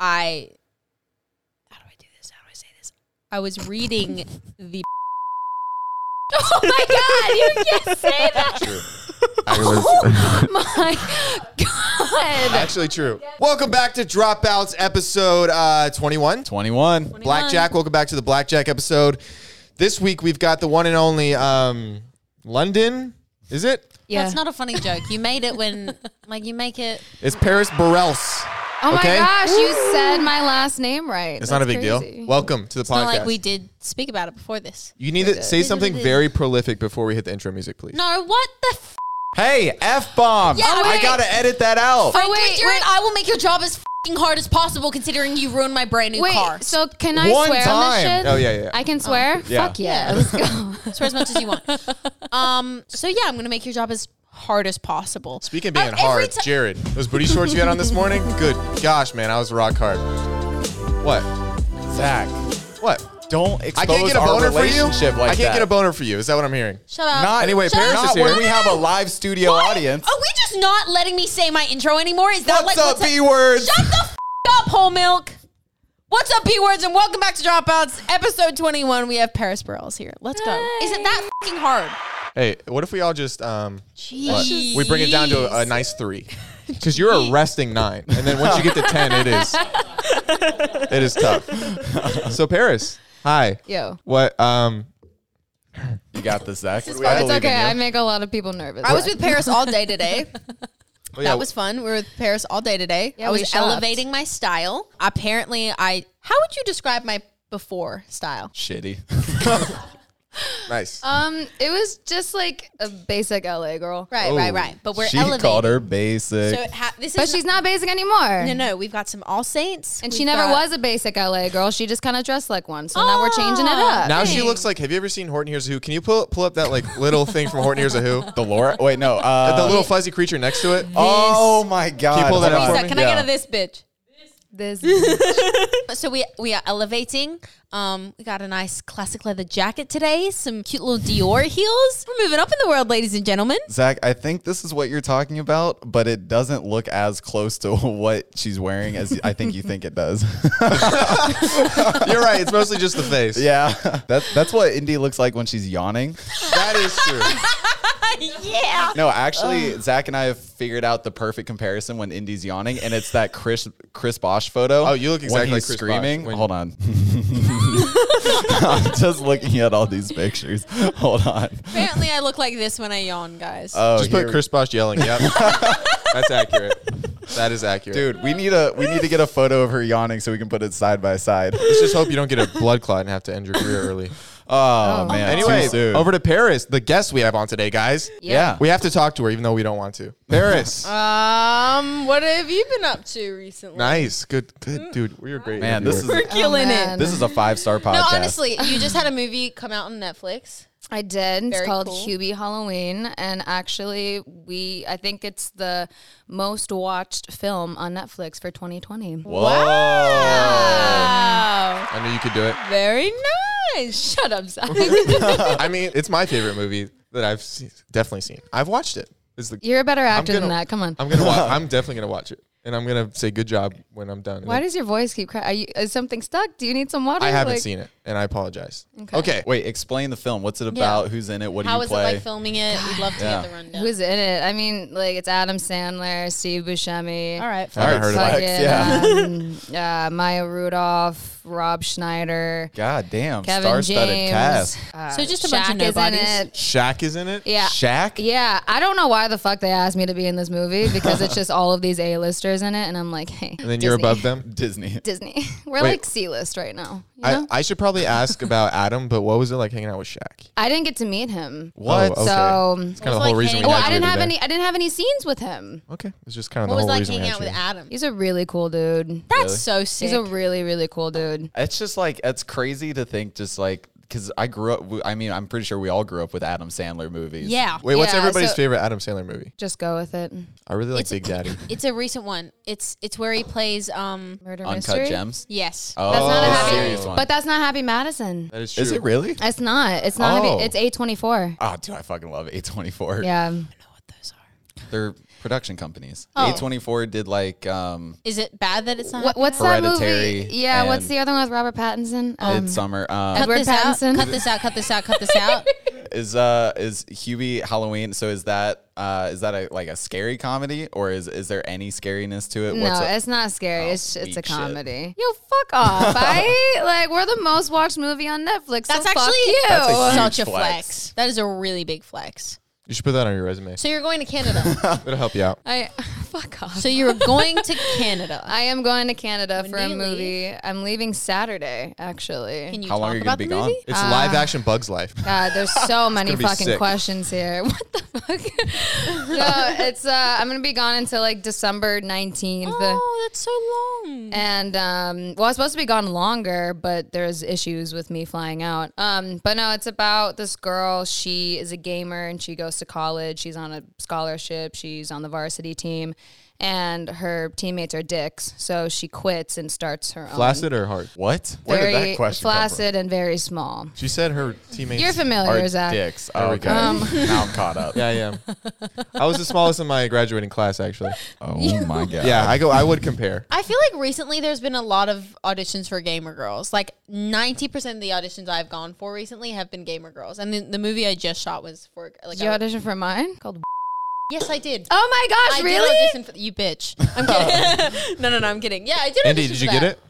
I how do I do this? How do I say this? I was reading the. oh my god! You can't say that. Oh True. I was- My God. actually true. Welcome back to Dropouts episode uh, 21. 21. Blackjack. Welcome back to the Blackjack episode. This week we've got the one and only um, London. Is it? Yeah. That's not a funny joke. You made it when, like, you make it. It's Paris Burrells. Oh Okay. my gosh, you said my last name right. It's not a big deal. Welcome to the Not podcast. like we did speak about it before this. you need to say something very prolific before we hit the intro music, please. No, what the? F- Hey, F bomb. Yeah, I wait. gotta edit that Oh, out. Franklin, wait, Jarrett, wait. I will make your job as fing hard as possible, considering you ruined my brand new Wait, car. so can I One swear on this time. shit? Oh, yeah, Oh, yeah, yeah. I can swear? Yeah. Fuck yeah. Let's go. swear as much as you want. Um. So yeah, I'm gonna make your job as hard as possible. Uh, Speaking of being Oh, Every hard, ti- Jared, those booty shorts you had on this morning, good gosh, man, I was rock hard. What? Zach, What? don't expose I can't get a our boner for you. relationship like I can't that. get a boner for you. Is that what I'm hearing? Shut up. Not anyway. Shut Paris up. is here. When we have a live studio What? audience. Are we just not letting me say my intro anymore? Is that What's like up, B words? Shut the f- up, whole milk. What's up, P words, and welcome back to Dropouts, episode 21. We have Paris Burrells here. Let's go. Is it that fucking hard? Hey, what if we all just um what? Jeez. we bring it down to a, a nice three? Because you're a resting nine, and then once you get to ten, it is it is tough. So Paris, hi. Yo. What? Um, You got this, Zach. I It's believe in okay. you. I make a lot of people nervous. I was with Paris all day today. oh, That was fun. We were with Paris all day today. Yeah, I we was shopped. elevating my style. Apparently, I. How would you describe my before style? Shitty. nice. um, it was just like a basic LA girl. Right, right, right. But we're Oh, she elevating. called her basic. So it ha- this But is she's not basic anymore. no, no. We've got some All Saints, And We've she never got- was a basic LA girl. She just kind of dressed like one. So now we're changing it Ah. up. Now she looks like. Have you ever seen Horton Hears a Who? Can you pull pull up that like little thing from Horton Hears a Who? the Laura. Wait, no. Uh, the little fuzzy creature next to it. oh my God. Can you pull that up Hold on. for Lisa, me? can I get a this bitch? this So we we are elevating. Um, we got a nice classic leather jacket today. Some cute little Dior heels. We're moving up in the world, ladies and gentlemen. Zach, I think this is what you're talking about, but it doesn't look as close to what she's wearing as I think you think it does. You're right. It's mostly just the face. yeah, that's that's what Indy looks like when she's yawning. that is true. yeah. No, actually, Zach and I have figured out the perfect comparison when Indy's yawning, and it's that Chris Chris Bosch photo. Oh, you look exactly when he's like Chris Bosch screaming. when- Hold on, I'm just looking at all these pictures. Hold on. Apparently, I look like this when I yawn, guys. Oh, Just put here- Chris Bosch yelling. Yep. That's accurate. That is accurate. Dude, we need a we need to get a photo of her yawning so we can put it side by side. Let's just hope you don't get a blood clot and have to end your career early. Oh, man. anyway, too soon. over to Paris, the guest we have on today, guys. yeah. We have to talk to her, even though we don't want to. Paris. Uh, Um, what have you been up to recently? nice. Good. Mm. Good, dude. We're a great. Man, this is interviewer. We're killing it. man. this is a five star podcast. no, Oh, honestly, you just had a movie come out on Netflix. I did. Very it's called cool. Hubie Halloween, and actually, we I think it's the most watched film on Netflix for 2020. Whoa. Wow. I knew you could do it. Very nice. Shut up, Zach. I mean, it's my favorite movie that I've seen, definitely seen. I've watched it. It's the, You're a better actor than gonna- that. Come on. I'm gonna. Watch, I'm definitely gonna watch it, and I'm gonna say good job when I'm done. Why does your voice keep crying? Are you, is something stuck? Do you need some water? I haven't Like- seen it, and I apologize. Okay. Okay. Wait, explain the film. What's it about? Who's in it? What do How you was play? it like filming it? We'd love to Yeah. get the rundown. Who's in it? I mean, like it's Adam Sandler, Steve Buscemi. All right. I haven't heard of Flex, it. Fucking, yeah. yeah. Um, uh, Maya Rudolph, Rob Schneider, God damn, Kevin star-studded James. cast. uh, So just a bunch Shaq of is in nobodies. it. Shaq is in it. Yeah. Shaq. Yeah, I don't know why the fuck they asked me to be in this movie because it's just all of these A-listers in it, and I'm like, hey, And then you're Disney. above them. Disney. Disney. We're Wait. like C-list right now. You I, know? I should probably ask about Adam, but what was it like hanging out with Shaq? I, didn't get to meet him. What? Oh, okay. So, um, It's kind It of was the whole like reason we hanging- well, I had you didn't in have there. any. I didn't have any scenes with him. Okay, it's just kind of What was the whole it like reason we hanging had out you with in. Adam? He's a really cool dude. That's so sick. He's a really, really cool dude. It's just like it's crazy to think, just like because I grew up. I mean, I'm pretty sure we all grew up with Adam Sandler movies. yeah. Wait, what's Yeah, everybody's so- favorite Adam Sandler movie? Just go with it. I really like It's- Big Daddy. It's a recent one. It's it's where he plays um Murder Uncut mystery. Gems. yes. Oh, That's not a the happy- serious one. But that's not Happy Madison. that is true. is it really? It's not. It's not. Oh. Happy, it's A24. Oh, dude, I fucking love A24. Yeah. I know what those are. They're production companies. Oh. A24 did like um Is it bad that it's not? What, what's that Hereditary movie? Yeah, what's and- the other one with Robert Pattinson? Um, Midsummer. Cut Um, Edward this out. Pattinson? Cut this out. Cut this out. Cut this out. is uh is Hubie Halloween? So is that uh is that a like a scary comedy or is is there any scariness to it? no, a- it's not scary. it's Oh, sweet it's a shit. comedy. Yo, fuck off! I like we're the most watched movie on Netflix. That's so fuck actually you. That's a such a huge flex. flex. That is a really big flex. You should put that on your resume. So you're going to Canada. It'll help you out. I fuck off. so you're going to Canada. I am going to Canada for do a you movie. I'm leaving Saturday, actually. Can you How talk long are you gonna about be the gone? movie? It's live action Bugs Life. God, there's so many gonna be fucking sick. questions here. What the fuck? no, it's uh, I'm gonna be gone until like December 19th. Oh, that's so long. And um, well, I was supposed to be gone longer, but there's issues with me flying out. Um, but no, it's about this girl. She is a gamer and she goes to college. She's on a scholarship. She's on the varsity team, and her teammates are dicks. So she quits and starts her own. Flaccid or hard? what? Where Very did that question come from? flaccid and very small. She said her teammates. You're familiar, Are Zach. dicks. There Oh, we okay. go. Um, now I'm caught up. Yeah, I am. I was the smallest in my graduating class, actually. Oh my god. Yeah, I go. I would compare. I feel like recently there's been a lot of auditions for gamer girls. Like 90% of the auditions I've gone for recently have been gamer girls. And the, the movie I just shot was for like Did you I- audition for mine? Called. Yes, I did. Oh my gosh! I really? Oh. did audition for you bitch. I'm kidding. no, no, no, I'm kidding. Yeah, I did. Andy, audition did for you get that. it?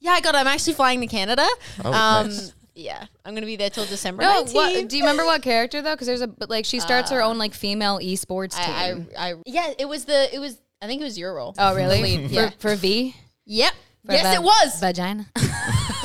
Yeah, I got it. I'm actually flying to Canada. Oh, um nice. yeah. I'm going to be there till December No, 19th. what, do you remember what character though? Because there's a but, like she starts her own like female esports team. Uh, I, I, I yeah, it was the it was I think it was your role. Oh, really? yeah. for, for V? Yep. For yes, va- it was. Vagina.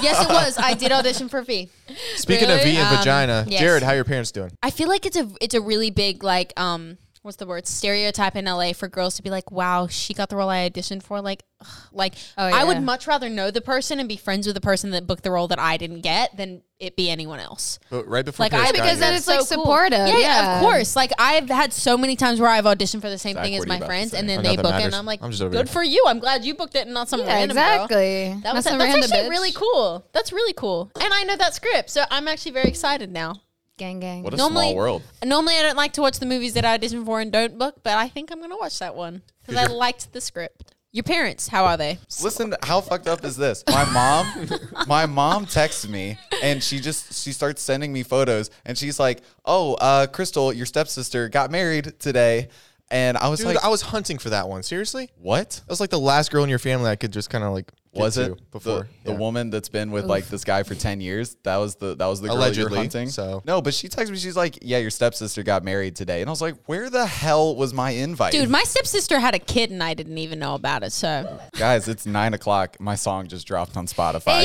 yes, it was. I did audition for V. Speaking of V and vagina, yes. Jared, how your parents doing? I feel like it's a it's a really big like um what's the word stereotype in LA for girls to be like wow she got the role I auditioned for like ugh, like Oh, I yeah. would much rather know the person and be friends with the person that booked the role that I didn't get than it be anyone else. But right before Like, Paris I- got because then here- it's like so cool. supportive. Yeah, yeah, of course. Like I've had so many times where I've auditioned for the same Zach, thing what as are you my about to friends, say? and Oh, then they nothing book it, matters. and I'm like, I'm just over good here. for you. I'm glad you booked it and not some Yeah, random girl. exactly. That was Not some that's random actually bitch. really cool. That's really cool, and I know that script, so I'm actually very excited now. Gang, gang. What a Normally- small world. Normally, I don't like to watch the movies that I audition for and don't book, but I think I'm going to watch that one because I liked the script. Your parents, how are they? Listen, to- how fucked up is this? My mom, my mom texts me, and she just she starts sending me photos, and she's like, "Oh, uh, Crystal, your stepsister got married today," and I was dude, like, I was hunting for that one. Seriously, that "What?" was like the last girl in your family I could just kind of like get Was to it before the, the Yeah. woman that's been with like this guy for ten years? That was the that was the girl Allegedly, you're hunting. so. no, but she texts me. She's like, "Yeah, your stepsister got married today," and I was like, "Where the hell was my invite, Dude, my stepsister had a kid and I didn't even know about it. So, Guys, it's nine o'clock. My song just dropped on Spotify.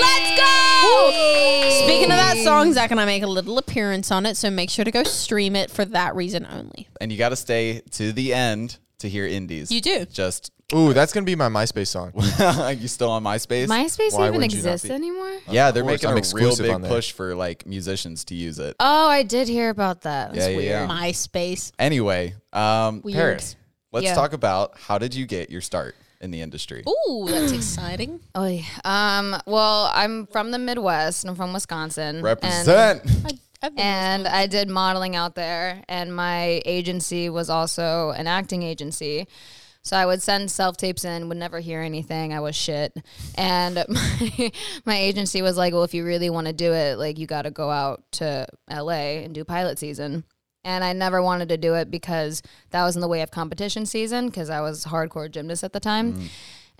let's go. Speaking of that song, Zach and I make a little appearance on it, so make sure to go stream it for that reason only. and you got to stay to the end to hear indies. You do. Just Ooh, that's gonna be my MySpace song. you still on MySpace? MySpace Why even would you not exists be? anymore? yeah, they're course, making I'm a real exclusive on big there. push for like musicians to use it. Oh, I did hear about that. yeah, yeah, yeah. MySpace. Anyway, um, Weird. Paris, let's Yeah. talk about how did you get your start in the industry? Ooh, that's exciting. Oy. Um, well, I'm from the Midwest and I'm from Wisconsin. and- Represent. I've been- and I did modeling out there, and my agency was also an acting agency. So I would send self tapes in, would never hear anything. I was shit, and my, my agency was like, "Well, if you really want to do it, like you got to go out to LA and do pilot season." And I never wanted to do it because that was in the way of competition season because I was hardcore gymnast at the time.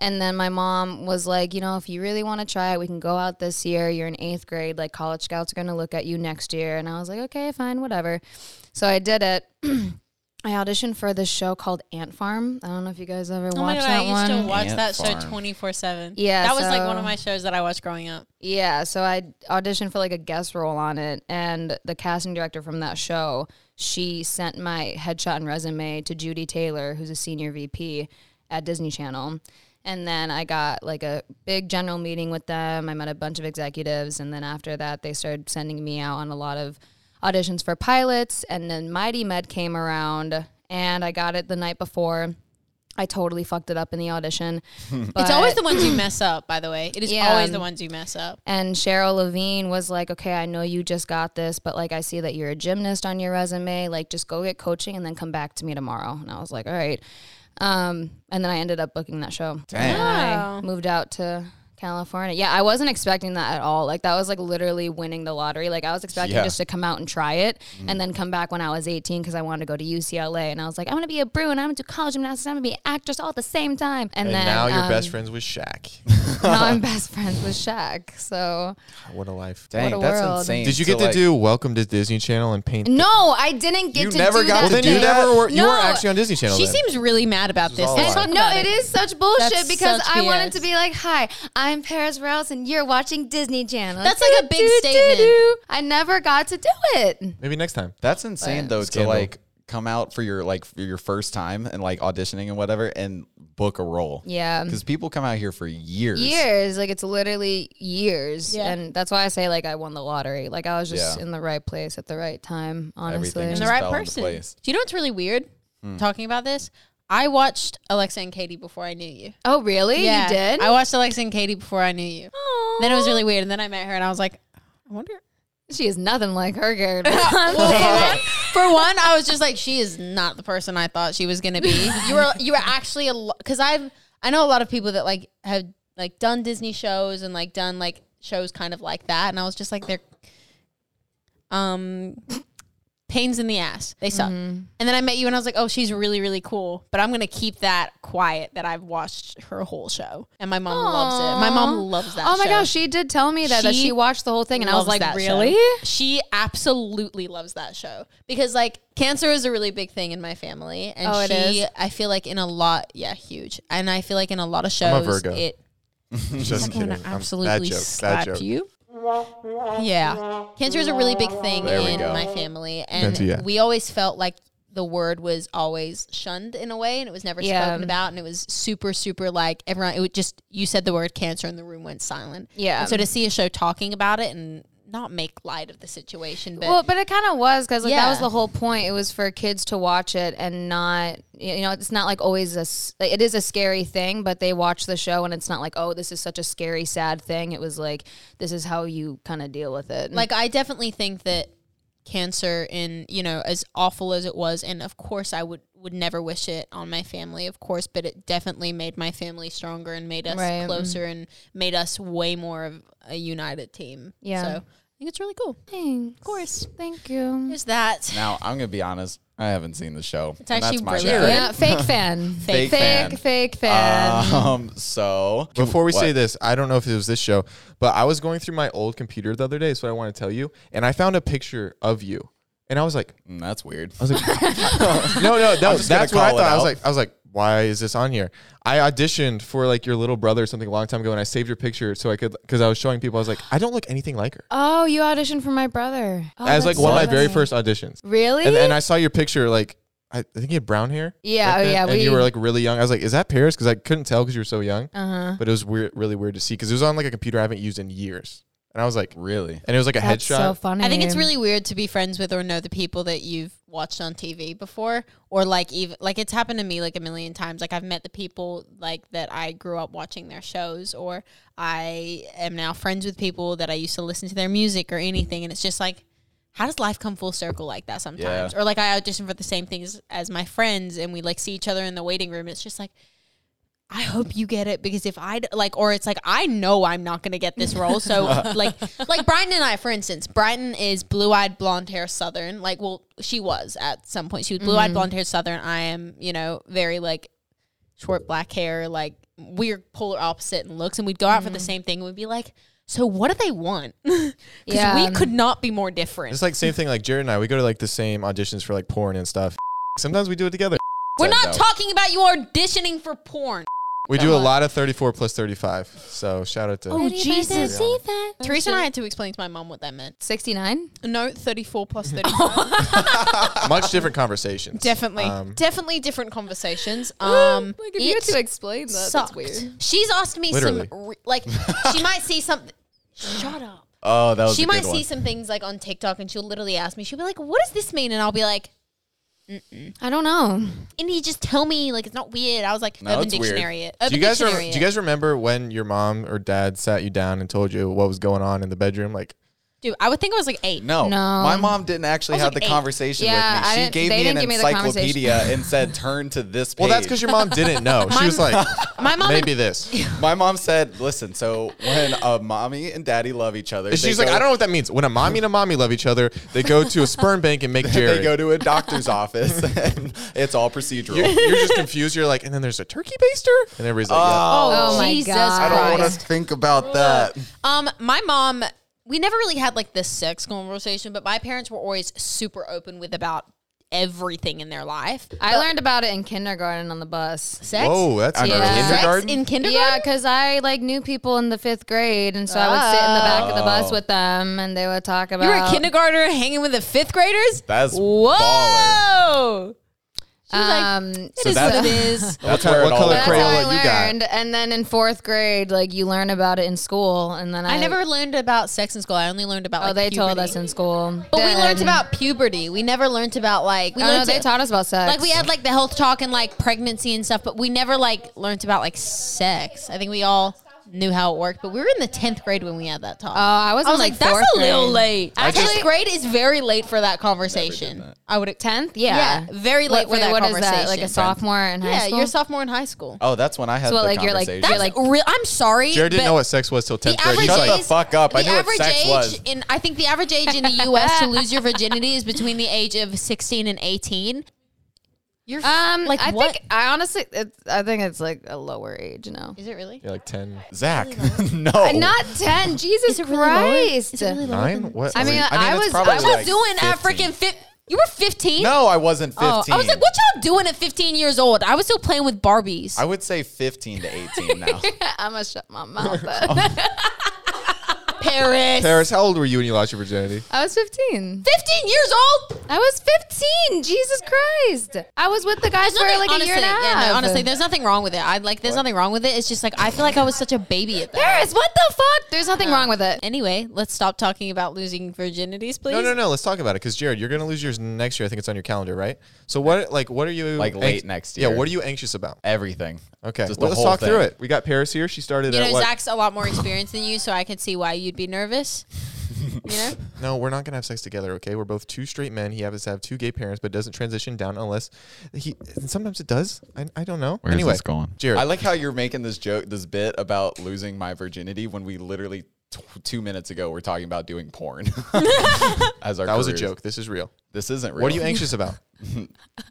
And then my mom was like, you know, if you really want to try it, we can go out this year. You're in eighth grade. Like, college scouts are going to look at you next year. And I was like, okay, fine, whatever. So I did it. I auditioned for this show called Ant Farm. I don't know if you guys ever Oh my watched God, that I used one. to watch Ant that show Farm. 24 7. Yeah, That was like so- one of my shows that I watched growing up. Yeah, so I auditioned for like a guest role on it, and the casting director from that show, she sent my headshot and resume to Judy Taylor, who's a senior VP at Disney Channel. And then I got like a big general meeting with them. I met a bunch of executives, and then after that, they started sending me out on a lot of auditions for pilots. And then Mighty Med came around, and I got it the night before I totally fucked it up in the audition. it's always but- the ones you mess up, by the way. It is Yeah. um, always the ones you mess up. And Cheryl Levine was like, okay, I know you just got this, but like, I see that you're a gymnast on your resume. Like, just go get coaching and then come back to me tomorrow. And I was like, all right. Um, and then I ended up booking that show. Dang. And I moved out to California. Yeah, I wasn't expecting that at all. Like, that was like literally winning the lottery. Like, I was expecting Yeah. just to come out and try it Mm-hmm. and then come back when I was 18 because I wanted to go to UCLA. And I was like, I'm going to be a brew and I'm going to do college gymnastics. I'm going to be an actress all at the same time. And, And then now you're um, best friends with Shaq. now I'm best friends with Shaq. So. what a life. Dang, a that's world. insane. Did you get to like- do Welcome to Disney Channel and paint? No, I didn't get You to never do got that. Well, then to you do that? never were. You No. were actually on Disney Channel. She then. seems really mad about this. all Let's a talk lie. no, about it is such bullshit That's because such I wanted BS. to be like, "Hi, I'm Paris Rouse, and you're watching Disney Channel." That's like a big statement. Doo-doo-doo. I never got to do it. Maybe next time. That's insane though Scandal. to like come out for your like for your first time and like auditioning and whatever and book a role. Yeah. Because people come out here for years. Years, like it's literally years, Yeah. and that's why I say like I won the lottery. Like I was just Yeah. in the right place at the right time. Honestly, Everything And just the right fell into person. place. Do you know what's really weird? Talking about this, I watched Alexa and Katie before I knew you. oh really? you did? I watched Alexa and Katie before I knew you. Aw. Then it was really weird, and then I met her, and I was like, I wonder. she is nothing like her character. For one, I was just like, she is not the person I thought she was gonna be. You were, you were actually a because I've I know a lot of people that like have like done Disney shows and like done like shows kind of like that, and I was just like, they're um pains in the ass. They suck. Mm-hmm. And then I met you, and I was like, oh, she's really really cool, but I'm gonna keep that quiet that I've watched her whole show, and my mom loves it. My mom loves that. oh my show. gosh, she did tell me that she, that She she watched the whole thing, and I was loves like, that show. really? She absolutely loves that show because like cancer is a really big thing in my family, and Oh, it she is? I feel like in a lot, yeah, huge, and I feel like in a lot of shows, a Virgo. it Just I'm kidding. gonna I'm- bad absolutely joke. Bad slap joke. you. Yeah, cancer is a really big thing There we in go. my family, and That's- yeah. we always felt like the word was always shunned in a way, and it was never Yeah. spoken about, and it was super, super like everyone. It would just you said the word cancer, and the room went silent. Yeah. And so to see a show talking about it and not make light of the situation, but well, but it kind of was because like that was Yeah. the whole point. It was for kids to watch it and not, you know, it's not like always a. s- Like, it is a scary thing, but they watch the show and it's not like, oh, this is such a scary, sad thing. It was like, this is how you kind of deal with it. like I definitely think that cancer in you know as awful as it was and of course I would would never wish it on my family of course but it definitely made my family stronger and made us Right. mm-hmm. closer and made us way more of a united team Yeah. so I think it's really cool Thanks. of course, thank you. there's that Now I'm gonna be honest. I haven't seen the show. It's actually my brilliant. bad. Yeah, Uh, fake fan, Fake fake, fan. fake, fake fan. Ah. Um. So Before we What? say this, I don't know if it was this show, but I was going through my old computer the other day, so I want to tell you, and I found a picture of you, and I was like, Mm, that's weird. I was like, no, no, no, just gonna that's what I call it thought. I was out. like, I was like, why is this on here? I auditioned for like your little brother or something a long time ago, and I saved your picture so I could because I was showing people. I was like, I don't look anything like her. Oh, you auditioned for my brother. Oh, I was like that's one so of my very funny. first auditions, Really? and, and I saw your picture like. I I think you had brown hair. Yeah, like oh, that, yeah, And we- you were like really young. I was like, "Is that Paris?" Because I couldn't tell because you were so young. uh-huh. But it was weird, really weird to see because it was on like a computer I haven't used in years. And I was like, Really? and it was like a That's so headshot. funny. I think it's really weird to be friends with or know the people that you've watched on TV before, or like even like it's happened to me like a million times. Like I've met the people like that I grew up watching their shows, or I am now friends with people that I used to listen to their music or anything, and it's just like. How does life come full circle like that sometimes? Or like I audition for the same things as my friends, and we like see each other in the waiting room. It's just like, I hope you get it because if I like, or it's like I know I'm not gonna get this role. So like, like Brighton and I, for instance, Brighton is blue-eyed, blonde hair, Southern. Like, well, she was at some point. She was blue-eyed, blonde hair, Southern. I am, you know, very like short black hair. Like we're polar opposite in looks, and we'd go out for the same thing. and We'd be like, so what do they want? Because Yeah. we could not be more different. It's like same thing. Like Jared and I, we go to like the same auditions for like porn and stuff. Sometimes we do it together. we're said not no. talking about you auditioning for porn. We do a lot of 34 plus 35. So shout out to. Oh, Oh, Jesus. Teresa and I had to explain to my mom what that meant. 69? No, 34 plus 35. Much different conversations. Definitely. Um, Definitely different conversations. Um, Like, if you had it to explain that, sucked. that's weird. She's asked me Literally. some, re- like, she might see something. Shut up. Oh, that was. She a might good one. see some things like on TikTok and she'll literally ask me, she'll be like, what does this mean? And I'll be like, I don't know. And he just told me like it's not weird. I was like, No, Urban it's weird. Dictionary. It. Do Urban you guys rem- Dictionary. do it. you guys remember when your mom or dad sat you down and told you what was going on in the bedroom? Like, Dude, I would think I was like eight. No, No. my mom didn't actually I was have like the eight. conversation Yeah, with me. I She didn't- gave they me an didn't give me the conversation. encyclopedia and said, "Turn to this page." well, that's because your mom didn't know. She was like, My mom maybe this. my mom said, "Listen, so when a mommy and daddy love each other, And they she's like, go- I don't know what that means. When a mommy and a mommy love each other, they go to a sperm bank and make Jerry. They go to a doctor's office, and it's all procedural. you're, you're just confused. You're like, and then there's a turkey baster, and everybody's like, Uh, yeah. Oh, my Jesus God. Uh, I don't want Christ. to think about that. Um, my mom, we never really had like this sex conversation, but my parents were always super open with about everything in their life. I learned about it in kindergarten on the bus. Sex. Whoa, Oh, that's Yeah. early. Sex Sex kindergarten. in kindergarten. Yeah, because I like knew people in the fifth grade, and so I would sit in the back of the bus with them, and they would talk about. You were Oh. a kindergartner hanging with the fifth graders. That's baller. Whoa. Um, It is that- what it is. What That's kind- where what it all color that's ends. how Crayola I you got. learned, and then in fourth grade, like you learn about it in school, and then I, I never learned about sex in school. I only learned about Oh, like they told puberty. us in school, But we learned Then- about puberty. We never learned about like we Oh, learned no, they to- taught us about sex. like we had like the health talk and like pregnancy and stuff, but we never like learned about like sex. I think we all knew how it worked, but we were in the tenth grade when we had that talk. Oh, I was. I was in, like, like, that's fourth a little grade. late. Actually- tenth grade is very late for that conversation. I would Tenth, yeah, yeah. very late Wait, for that what is conversation. Like a sophomore in high yeah, school. you're a sophomore in high school. Oh, that's when I had So, the like, you're, like, conversation. you're, That's like- real. I'm sorry. Jared didn't but know what sex was till the tenth grade. average He's like, age, the fuck up. I the knew what average sex age was. in I think the average age in the U.S. to lose your virginity is between the age of 16 and 18. You're um, like I what? think I honestly, it's, I think it's like a lower age now. is it really? you're like ten, Zach, Oh. no, Not ten. Jesus Christ. nine. What? I mean, I, I mean, it's was. probably I was What you like doing at 15. freaking fi- You were 15? no, I wasn't fifteen. Oh, I was like, what y'all doing at 15 years old? I was still playing with Barbies. I would say fifteen to eighteen now. I'm gonna shut my mouth. Oh. Paris. Paris, how old were you when you lost your virginity? I was 15. 15 years old? I was 15. Jesus Christ. I was with the guys for like a year and a half. yeah, no, honestly, there's nothing wrong with it. I like, there's nothing wrong with it. It's just like, I feel like I was such a baby at that. Paris, what the fuck? There's nothing wrong with it. Anyway, let's stop talking about losing virginities, please. No, no, no. Let's talk about it because Jared, you're gonna lose yours next year. I think it's on your calendar, right? So what, like, what are you Like, late next Yeah, year. what are you anxious about? Everything. Okay, Just well, the let's whole talk through thing. it. We got Paris here. She started You at know, what? Zach's a lot more experienced than you, so I could see why you'd be nervous. You know? No, we're not gonna have sex together. Okay, we're both two straight men. He happens to have two gay parents, but doesn't transition down unless he. And sometimes it does. I, I don't know. Where is anyway, this going? Jared. I like how you're making this joke, this bit about losing my virginity when we literally t- two minutes ago were talking about doing porn as our. that was a careers. joke. This is real. This isn't real. What are you anxious about?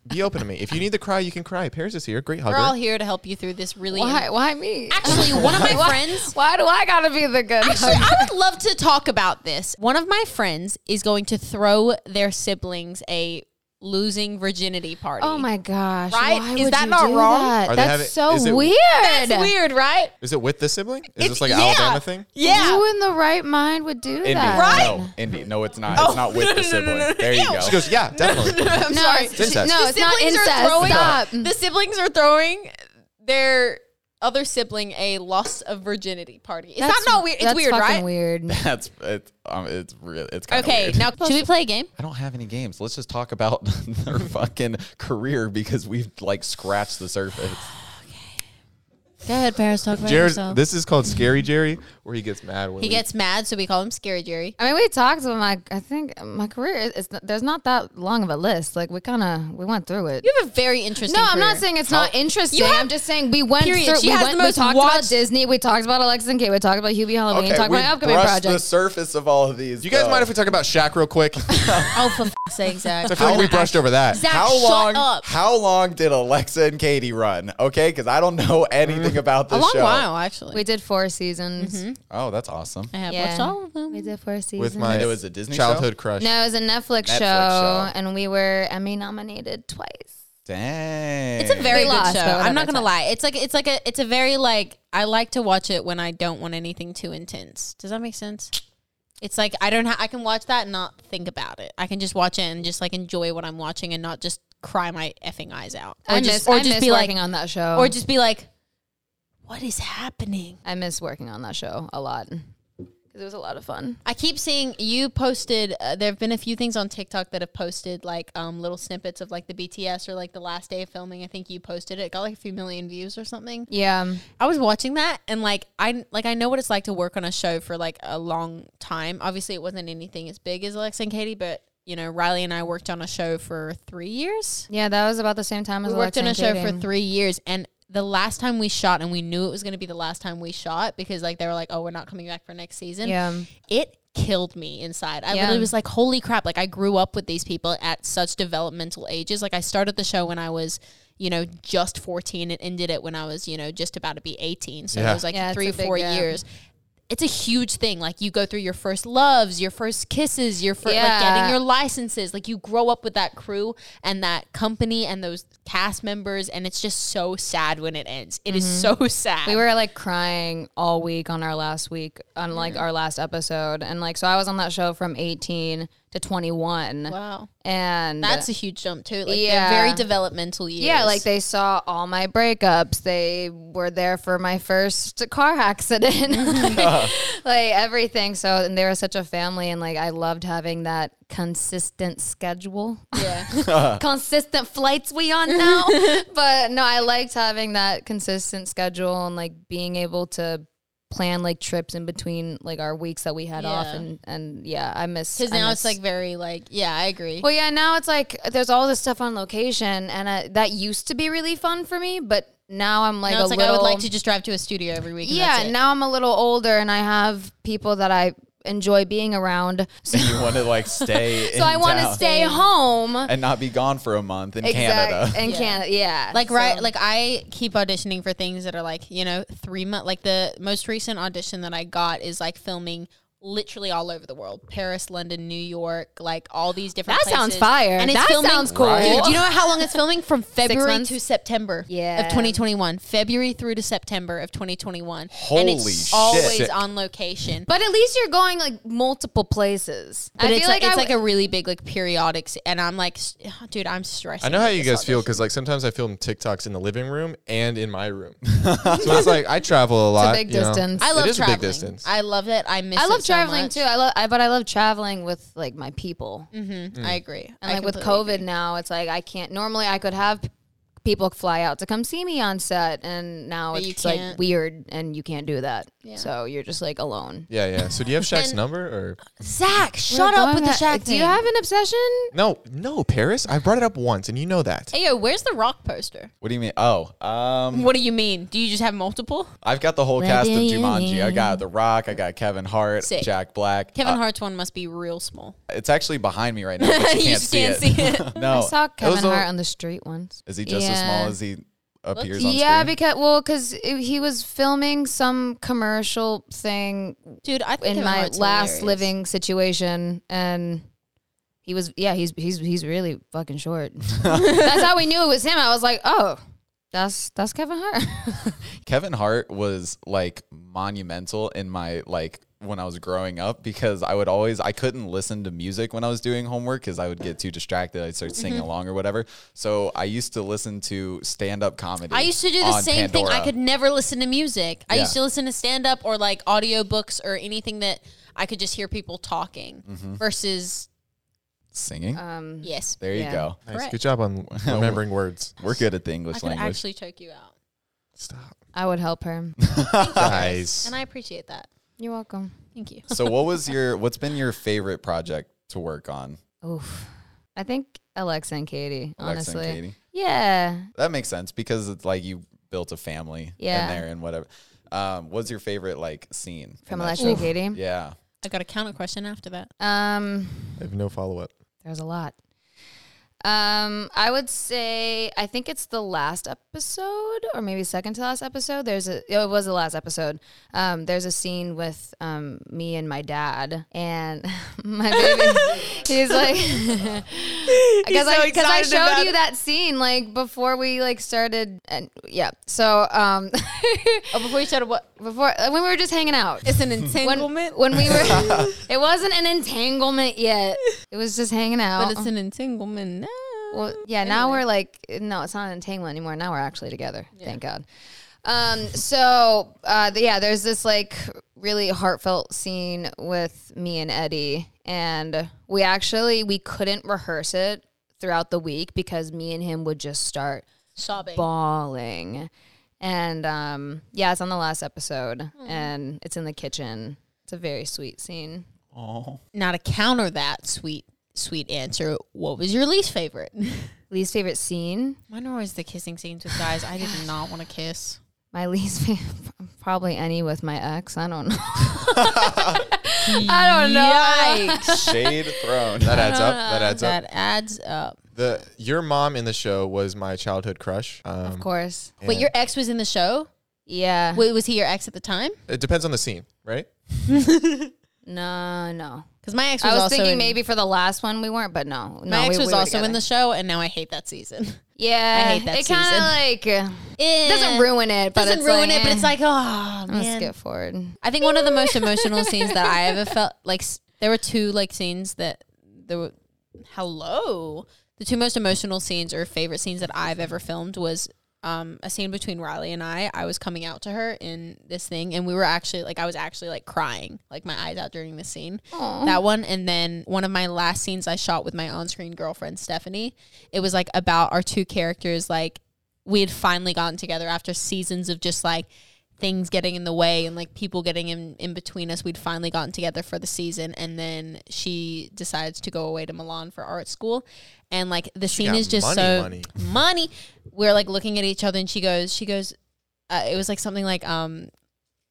Be open to me. If you need to cry, you can cry. Paris is here. Great We're all hugger. here to help you through this really. Why, why me? Actually, one of my friends. Why do I gotta be the good? Actually, I would love to talk about this. One of my friends is going to throw their siblings a losing virginity party. oh my gosh. Right? Why Is would that you not do wrong? that? Are they That's having- so is it- weird. That's weird, right? Is it with the sibling? Is It's- this like an yeah. Alabama thing? Yeah. Who in the right mind would do Indy, that? Right? Oh. no, Indy, no, it's not. It's not with the sibling. there you go. She goes, yeah, definitely. I'm No, sorry. it's, incest. no, The it's not siblings are incest. throwing- Stop. The siblings are throwing their other sibling a loss of virginity party. It's not not weird. It's that's weird, fucking right? weird. That's it's um, it's real. It's kind of Okay, now should we play a game? I don't have any games. Let's just talk about their fucking career because we've like scratched the surface. Go ahead, Paris. Talk about Jared, this is called Scary Jerry, where he gets mad when He we- gets mad, so we call him Scary Jerry. I mean, we talked about my. I think my career is. It's, there's not that long of a list. Like we kind of we went through it. You have a very interesting. No, I'm not career. saying it's not interesting. You have- I'm just saying we went Period. through. She we, has went, the we most talked watched- about Disney. We talked about Alexis and Kate. We talked about Hubie Halloween. we talked we about my upcoming brushed the projects. surface of all of these. You guys though. mind if we talk about Shaq real quick? I Oh, for f- sake, Zach. feel like we brushed over that. Zach, how shut long? up. How long did Alexa and Katie run? Okay, because I don't know anything about this a long show. while, actually. we did four seasons. Mm-hmm. Oh, that's awesome. I have Yeah. watched all of them. We did four seasons. With my It was a Disney show? childhood crush. no, it was a Netflix, Netflix show, show. and we were Emmy nominated twice. Dang. It's a very They good lost, show. but I'm whatever, not gonna it's lie. It's like it's like a it's a very like I like to watch it when I don't want anything too intense. Does that make sense? It's like I don't ha- I can watch that and not think about it. I can just watch it and just like enjoy what I'm watching and not just cry my effing eyes out. Or I just miss, or I just miss be like working on that show. or just be like, what is happening? I miss working on that show a lot because because it was a lot of fun. I keep seeing you posted. Uh, there have been a few things on TikTok that have posted like um, little snippets of like the BTS or like the last day of filming. I think you posted it. it got like a few million views or something. Yeah. I was watching that and like I like I know what it's like to work on a show for like a long time. Obviously, it wasn't anything as big as Alex and Katie, but you know Riley and I worked on a show for three years. Yeah, that was about the same time as We worked Alexa on a and show for Kaden. three years and. The last time we shot, and we knew it was going to be the last time we shot because, like, they were like, "Oh, we're not coming back for next season." Yeah. it killed me inside. I Yeah. literally was like, holy crap. Like I grew up with these people at such developmental ages. Like I started the show when I was, you know, just 14 and ended it when I was, you know, just about to be 18. So Yeah. it was like Yeah, it's three a or big four gap. years. It's a huge thing. Like you go through your first loves, your first kisses, your first like Yeah. getting your licenses. Like you grow up with that crew and that company and those cast members, and it's just so sad when it ends. It is so sad. Mm-hmm. We were like crying all week on our last week on like our last episode, and like so I was on that show from 18 to 21, wow, and that's a huge jump too. Like Yeah. they're very developmental years. Yeah, like they saw all my breakups. They were there for my first car accident, like, like, everything. So, and they were such a family, and like I loved having that consistent schedule, yeah, consistent flights we on now. but no, I liked having that consistent schedule and like being able to plan like trips in between like our weeks that we had off, Yeah. and and yeah, I miss Because I now miss it's like very like yeah, I agree. Well, yeah, now it's like there's all this stuff on location, and uh, that used to be really fun for me, but now I'm like now a it's like little. I would like to just drive to a studio every week. and that's yeah, it. now I'm a little older, and I have people that I enjoy being around. So, you want to like stay. so I want to stay home. and not be gone for a month in Exact- eh. Canada. in Yeah. Canada, yeah. like So- right, like I keep auditioning for things that are like you know three month. Like the most recent audition that I got is like filming literally all over the world: Paris, London, New York, like all these different. That sounds places. fire. And it's That filming, sounds cool. Dude, do you know how long it's filming from February months? to September? Yeah. of 2021, February through to September of 2021. and Holy it's shit. always Sick. on location. but at least you're going like multiple places. But I it's feel like, like, I it's w- like a really big like periodic, s- and I'm like, s- dude, I'm stressed. I know how you guys feel because like sometimes I film TikToks in the living room and in my room. so it's like I travel a lot. big you know. distance. I love it is traveling. a big distance. I love it. I miss. I it love so traveling much. too. I love, I, but I love traveling with like my people. Mhm, I agree. And I like with completely COVID now, it's like I can't. Normally, I could have p- people fly out to come see me on set, and now But you it's can't. like weird, and you can't do that. So you're just like alone. yeah, yeah. So do you have Shaq's And- number or agree. Zach, shut up with the Shaq. Do you have an obsession? no? No, Paris. I brought it up once, and you know that. Hey yo, where's the rock poster? What do you mean? Oh, um, What do you mean? Do you just have multiple? I've got the whole cast of Jumanji. I got The Rock. I got Kevin Hart, Sick. Jack Black. Kevin Uh, Hart's one must be real small. it's actually behind me right now. But you, You can't just see can't it. see it. no, I saw Oh, it was Kevin a- Hart on the street once. Is he just as Yeah. small as he appears on Yeah, screen? because well, because he was filming some commercial thing Dude, I think in Kevin my Hart's last hilarious. living situation, and he was yeah, he's he's he's really fucking short. that's how we knew it was him. I was like, oh, that's that's Kevin Hart. Kevin Hart was like monumental in my like when I was growing up because I would always I couldn't listen to music when I was doing homework because I would get too distracted. I'd start Mm-hmm. singing along or whatever. So I used to listen to stand up comedy. I used to do the on same thing. I Pandora. could never listen to music. I used Yeah. to listen to stand up or like audiobooks or anything that I could just hear people talking versus singing. Uh, Um, yes. there you yeah. go. Nice. Correct. Good job on remembering words. We're good at the I English could language. actually choke you out. Stop, I would help her. guys. And I appreciate that. You're welcome. Thank you. so what was your what's been your favorite project to work on? Oof. I think Alexa and Katie. Alexa honestly, and Katie. yeah. That makes sense because it's like you built a family Yeah. in there and whatever. Um, what's your favorite like scene From in that Alexa show? and Katie. Yeah. I got a counter question after that. Um, I have no follow up. there's a lot. Um, I would say I think it's the last episode, or maybe second to last episode. There's a oh, it was the last episode. Um, there's a scene with um me and my dad, and my baby. he's like, because I because I showed you that scene like before we like started, and yeah. So um, Oh, before you started, what? before when we were just hanging out, It's an when, entanglement. when we were, it wasn't an entanglement yet. It was just hanging out. but it's an entanglement now. Uh-uh. Well, yeah, now we're like, no, it's not an entanglement anymore. Now we're actually together. Thank God. Um, so, uh, th- yeah, there's this like really heartfelt scene with me and Eddie and we actually we couldn't rehearse it throughout the week because me and him would just start sobbing. bawling. And um yeah, it's on the last episode Hmm. and it's in the kitchen. It's a very sweet scene. Oh, Now to counter that sweet sweet answer, what was your least favorite? Least favorite scene? Mine are always the kissing scenes with guys. I did not want to kiss. My least favorite, probably any with my ex. I don't know. I don't know. shade thrown. That adds up. That adds up. That adds up. The your mom in the show was my childhood crush. Um, Of course. Wait, Yeah. your ex was in the show? Yeah. Wait, was he your ex at the time? It depends on the scene, right? No, no. Because my ex was, I was also thinking in, maybe for the last one we weren't, but no. no my ex we, was we were also in together. the show, and now I hate that season. Yeah. I hate that It kind of like eh. It doesn't ruin it, but doesn't it's ruin like, it, but it's eh, like, oh I'm gonna man. skip forward. I think one of the most emotional scenes that I ever felt like s- there were two like scenes that there were hello the two most emotional scenes or favorite scenes that I've ever filmed was um, a scene between Riley and I. I was coming out to her in this thing, and we were actually like I was actually like crying like my eyes out during this scene. That one, and then one of my last scenes I shot with my on-screen girlfriend Stephanie. It was like about our two characters like we had finally gotten together after seasons of just like things getting in the way and like people getting in, in between us we'd finally gotten together for the season and then she decides to go away to milan for art school and like the scene got is just money, so money. money we're like looking at each other and she goes she goes uh, it was like something like um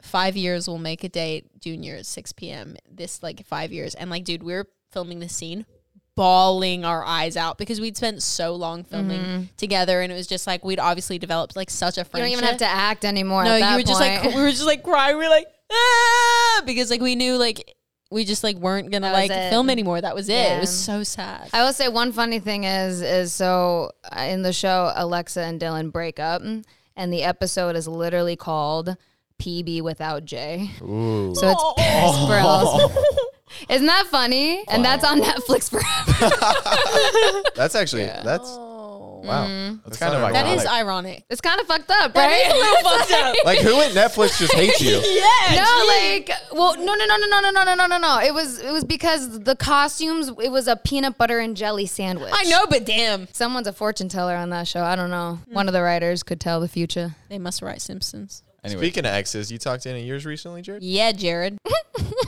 five years we'll make a date junior at 6 p.m this like five years and like dude we were filming the scene bawling our eyes out because we'd spent so long filming together and it was just like we'd obviously developed like such a Mm-hmm. You don't friendship even have to act anymore. no at you that were just like point. we were just like crying we were like ah! because like we knew like we just like weren't gonna That was like it. film anymore that was it Yeah. it was so sad I will say one funny thing is is so uh, in the show Alexa and Dylan break up, and the episode is literally called PB without J. Ooh. So it's Paris Burrell's. Isn't that funny? And that's on Netflix forever. That's actually that's wow. That's kind of not Mm. ironic. iconic. that is ironic it's kind of fucked up, right? like who at Netflix just hates you? No, like, well, no, no, no, no, no, no, no, no, no, no, no. It was, it was because the costumes. It was a peanut butter and jelly sandwich. i know but damn Someone's a fortune teller on that show. I don't know. One of the writers could tell the future. they must write simpsons Anyway, Speaking of exes, you talked to any of yours recently, Jared? yeah jared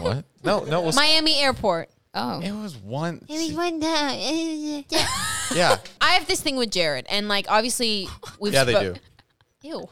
What? No, no. We'll miami airport Oh, it was one. yeah, i have this thing with jared and like obviously we've yeah, they spoke- do. Ew.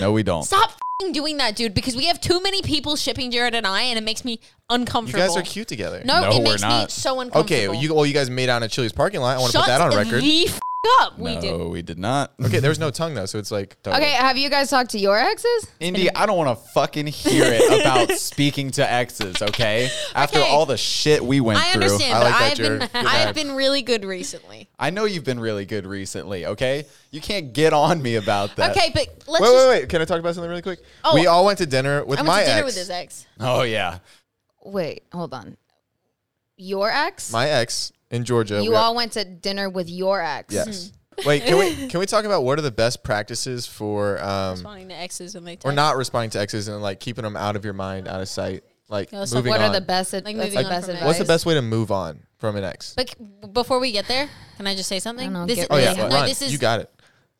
No, we don't. Stop fing doing that, dude, because we have too many people shipping Jared and I, and it makes me You uncomfortable. guys are cute together. No, No, it we're makes me not. so uncomfortable. Okay, you well, you guys made out in Chili's parking lot. I want to Shut put that on record. the f- up. We no, did. we did not. Okay, there was no tongue though, so it's like Okay, have you guys talked to your exes? Indy, I don't want to fucking hear it about speaking to exes. Okay, after Okay. all the shit we went I through, understand, I but like that, I've been Jared. Good I've vibe. been really good recently. I know you've been really good recently. Okay, you can't get on me about that. Okay, but let's Wait, just. wait, wait. Can I talk about something really quick? Oh. we all went to dinner with I went my to dinner ex. with his ex. Oh yeah. Wait, hold on. Your ex? My ex in Georgia. you we- all went to dinner with your ex. Yes. Wait, can we can we talk about what are the best practices for um Responding to exes when they or text. not responding to exes and like keeping them out of your mind, out of sight, like Yeah, so moving What on. are the best, Like like that's moving the on best from advice? there. What's the best way to move on from an ex? But c- before we get there, can I just say something? don't know, this get is, Oh yeah, this, no, run. this is you got it.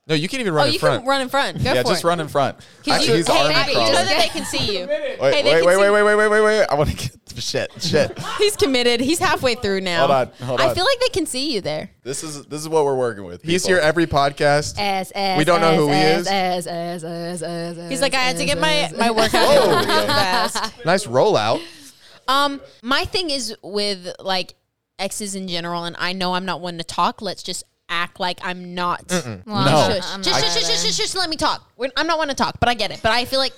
No, you can even Oh, run in you front. can run in front. Go Yeah, for just it. run in front. Because Actually, you, he's hey, army Matt, you know crawling. that they can see you. Wait, Hey, they can wait, wait, see- wait, wait, wait, wait, wait, wait. I want to get shit, shit. He's committed. He's halfway through now. Hold on, hold I on. feel like they can see you there. This is this is what we're working with. He's people. here every podcast. S, S, We don't know who he S, is. S, S, S, S, S, He's like, I had to S, get my S, my S." workout Whoa. in real fast. Nice rollout. Um, my thing is with like exes in general, and I know I'm not one to talk. Let's just act like I'm not. Well, No. I'm Shush. not- I'm Just, just, not just, either. just, just, just let me talk. We're, I'm not one to talk, but I get it. But I feel like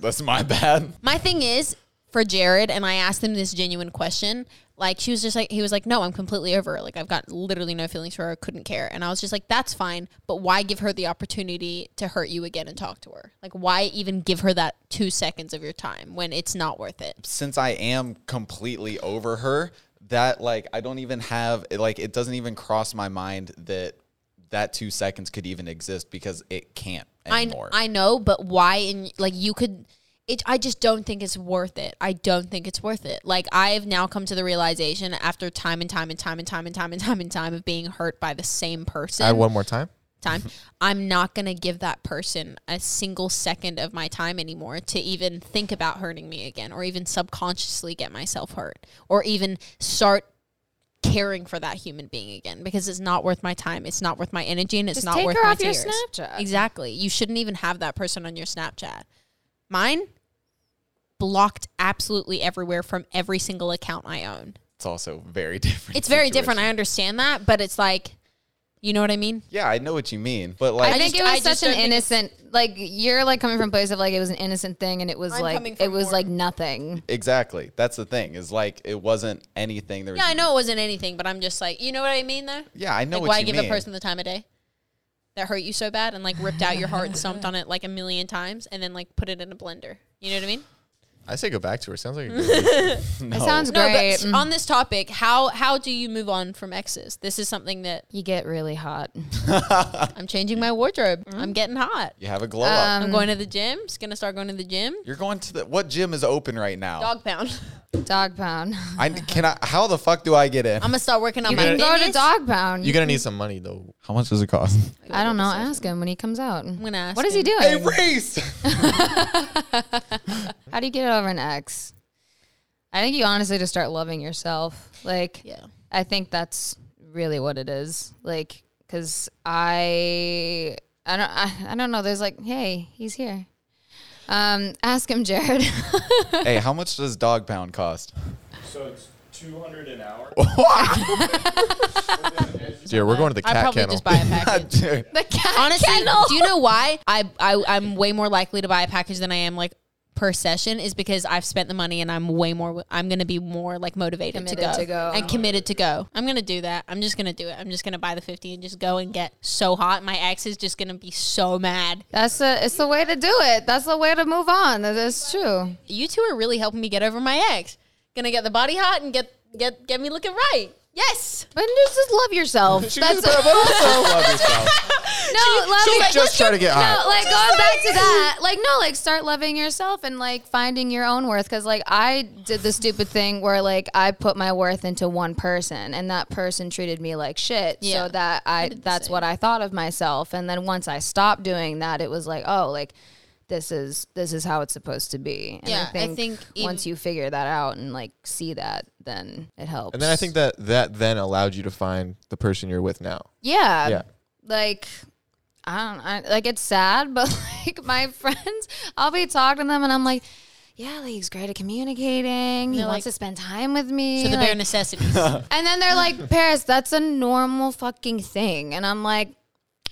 That's my bad. my thing is for Jared, and I asked him this genuine question. Like she was just like he was like, no, I'm completely over her. Like I've got literally no feelings for her. Couldn't care. And I was just like, that's fine, but why give her the opportunity to hurt you again and talk to her? Like why even give her that two seconds of your time when it's not worth it? Since I am completely over her, that like I don't even have like it doesn't even cross my mind that that two seconds could even exist because it can't I, anymore. I know, but why? In like you could, it I just don't think it's worth it. I don't think it's worth it. Like I've now come to the realization after time and time and time and time and time and time and time of being hurt by the same person I one more time. time, Mm-hmm. I'm not going to give that person a single second of my time anymore to even think about hurting me again or even subconsciously get myself hurt or even start caring for that human being again because it's not worth my time. It's not worth my energy and it's Just not take worth her my off your tears. Snapchat. Exactly. You shouldn't even have that person on your Snapchat. Mine blocked absolutely everywhere from every single account I own. It's also very different. It's very situation. different. I understand that, but it's like you know what I mean? Yeah, I know what you mean, but like I, I think just- it was I just such an don't think it's- innocent, like you're like coming from a place of like it was an innocent thing, and it was I'm coming like from it was more- like nothing. exactly. That's the thing. Is like it wasn't anything. There was, Yeah, I know it wasn't anything, but I'm just like, you know what I mean though? Yeah, I know like what why you give mean. a person the time of day that hurt you so bad and like ripped out your heart and stomped on it like a million times and then like put it in a blender you know what i mean I say go back to her. Sounds like a good It sounds no great. Mm, but on this topic how how do you move on from exes this is something that you get really hot. i'm changing my wardrobe i'm getting hot you have a glow up. i'm going to the gym just gonna start going to the gym You're going to the what gym is open right now? dog pound Dog pound. I can I. How the fuck do I get in? i'm gonna start working on You my can go to fitness. dog pound. You're gonna need some money though. how much does it cost? I don't know. Ask him when he comes out. I'm gonna ask What is he him. doing? Hey, Reese. How do you get over an ex? I think you honestly just start loving yourself. Like, Yeah. I think that's really what it is. Like, because I, I don't, I, I don't know. There's like, hey, he's here. Um, ask him, Jared. hey, how much does dog pound cost? So it's 200 an hour. Dear, we're going to the i cat probably kennel. just buy a package Dude, the cat honestly, kennel. do you know why I, I I'm way more likely to buy a package than I am like per session is because I've spent the money and I'm way more I'm gonna be more like motivated to, Committed go to go. and committed to go. I'm gonna do that. I'm just gonna do it. I'm just gonna buy the 50 and just go and get so hot. My ex is just gonna be so mad. That's the it's the way to do it. That's the way to move on. That is true. You two are really helping me get over my ex. Gonna get the body hot and get get get me looking right. Yes. But just, just love yourself. She That's just- but also love yourself. no, love She it. just try to get hot. No, like going back to that, like no, like start loving yourself and like finding your own worth. Because like I did the stupid thing where like I put my worth into one person, and that person treated me like shit. Yeah. So that I that's what I thought of myself. And then once I stopped doing that, it was like oh like. This is this is how it's supposed to be. And Yeah, I I think, think even- once you figure that out and like see that, then it helps. And then I think that that then allowed you to find the person you're with now. Yeah. Yeah. Like I don't I, like it's sad, but like my friends, I'll be talking to them and I'm like, yeah, like, he's great at communicating. He they're wants like- to spend time with me. So the like- bare necessities. and then they're like, Paris, that's a normal fucking thing. And I'm like,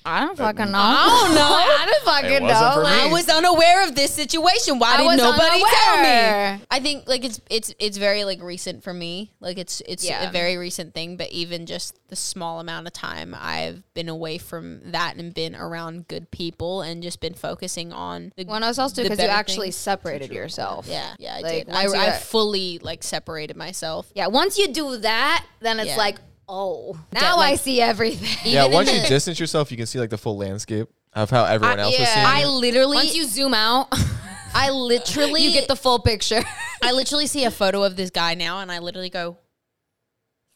I don't fucking know. I don't know. I don't fucking wasn't know. for Like, I was unaware of this situation. Why I did was nobody tell unaware. me? I think like it's it's it's very like recent for me. Like it's it's Yeah. a very recent thing, but even just the small amount of time I've been away from that and been around good people and just been focusing on the When I was the also because you better actually things. separated yourself. yeah, yeah, I Like, did. I, once you I got- fully like separated myself. Yeah. Once you do that, then it's Yeah. like, oh, now like- I see everything. Yeah, Even in once you the- distance yourself, you can see like the full landscape of how everyone else is yeah. seeing. I it. literally, Once you zoom out, I literally, you get the full picture. I literally see a photo of this guy now, and I literally go,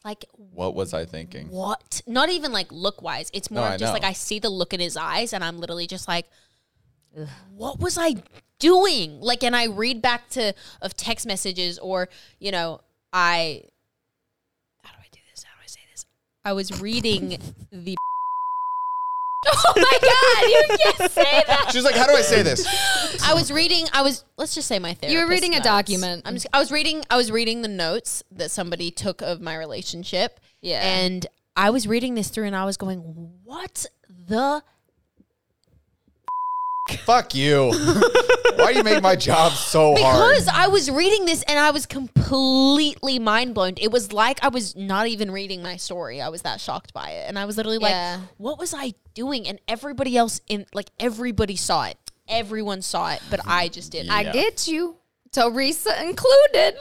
like, What was I thinking? what? Not even like look wise. It's more No, of I just like know. I see the look in his eyes and I'm literally just like, what was I doing? Like, and I read back to of text messages or, you know, I, how do I do this? How do I say this? I was reading the. oh my God, you can't say that. She's like, how do I say this? I was reading. I was. Let's just say my therapist. You were reading a notes. document. I'm just, I was reading. I was reading the notes that somebody took of my relationship. Yeah. And I was reading this through, and I was going, "What the? Fuck you. Why do you make my job so hard? Because I was reading this, and I was completely mind blown. It was like I was not even reading my story. I was that shocked by it, and I was literally like, Yeah. "What was I doing?" And everybody else in, like, everybody saw it. Everyone saw it, but I just didn't. I Yeah. get you. Teresa included.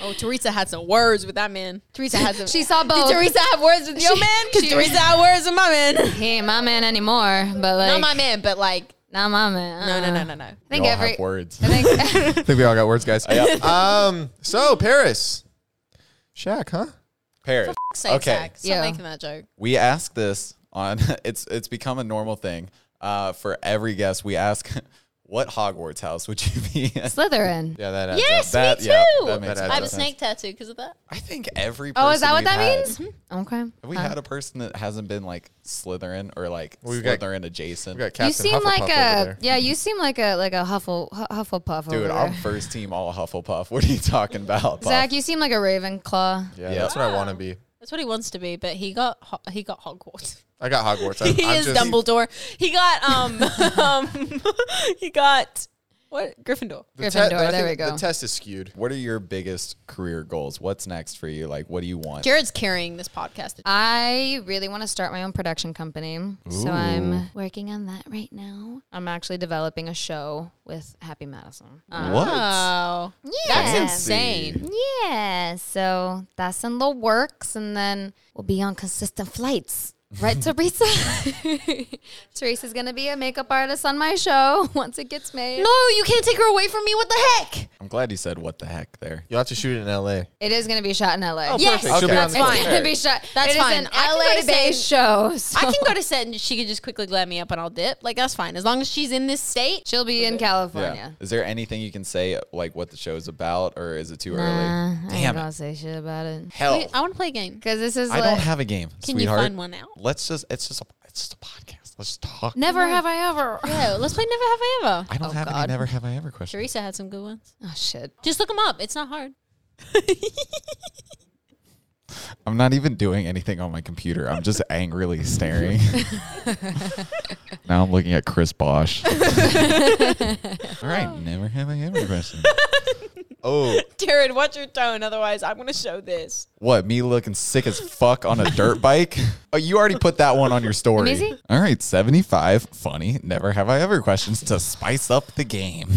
Oh, Teresa had some words with that man. Teresa had some. She saw both. Did Teresa have words with your She- man? Because she- Teresa had words with my man. He ain't my man anymore, but like Not my man, but like Nah, my man. No, no, uh-uh. no, no, no. I think all every. have words. I think. I think we all got words, guys. Um. So Paris, Shaq, huh? Paris. Say Okay. Zach. Stop Yeah. making that joke. We ask this on it's it's become a normal thing uh, for every guest. We ask, what Hogwarts house would you be in? Slytherin. Yeah, that. Yes, that- me too. yeah, that makes I have a sense. snake tattoo because of that. I think every. Oh, is that what person that we've had- means? Mm-hmm. Okay. Have we Huh. had a person that hasn't been like Slytherin or like We've got- Slytherin adjacent? We got Captain you seem Hufflepuff like a over there. yeah. You seem like a like a Huffle Hu- Hufflepuff over Dude, there. I'm first team all Hufflepuff. What are you talking about? Zach, Puff? you seem like a Ravenclaw. Yeah, Yeah. that's what I want to be. That's what he wants to be, but he got ho- he got Hogwarts. I got Hogwarts. He I'm is just- Dumbledore. He got um, um he got what Gryffindor. The te- Gryffindor, but I there think we go. The test is skewed. what are your biggest career goals? What's next for you? Like, what do you want? Jared's carrying this podcast. I really want to start my own production company. So I'm working on that right now. I'm actually developing a show with Happy Madison. Um, What? Oh, Yeah. that's insane. Yeah. So that's in the works and then we'll be on consistent flights. Right, Teresa? Teresa's gonna be a makeup artist on my show once it gets made. No, you can't take her away from me. What the heck? I'm glad you said what the heck there. You'll have to shoot it in L.A. It is gonna be shot in LA. Yes, Perfect. She'll be that's on the It's fine. gonna be shot. That's it is fine. an I can go to LA based show. I so- can go to set and she could just quickly glad me up and I'll dip. Like that's fine as long as she's in this state. She'll be in California. Is there anything you can say, like what the show's about, or is it too Nah, early? I ain't Damn it. gonna say shit about it. Hell, Wait, I want to play a game. Because this is I like, don't have a game. Can you sweetheart. find one out? Let's just. It's just. A, it's just a podcast. Let's just talk. never have I ever. Yeah, let's play Never Have I Ever. I don't have any. Never have I ever question. Teresa had some good ones. Oh shit. Just look them up. It's not hard. I'm not even doing anything on my computer. I'm just angrily staring. now I'm looking at Chris Bosch. All right, never have I ever question. Oh, Jared, watch your tone. Otherwise, I'm going to show this. What, me looking sick as fuck on a dirt bike? Oh, you already put that one on your story. Amazing. All right, 75, funny, never have I ever questions to spice up the game.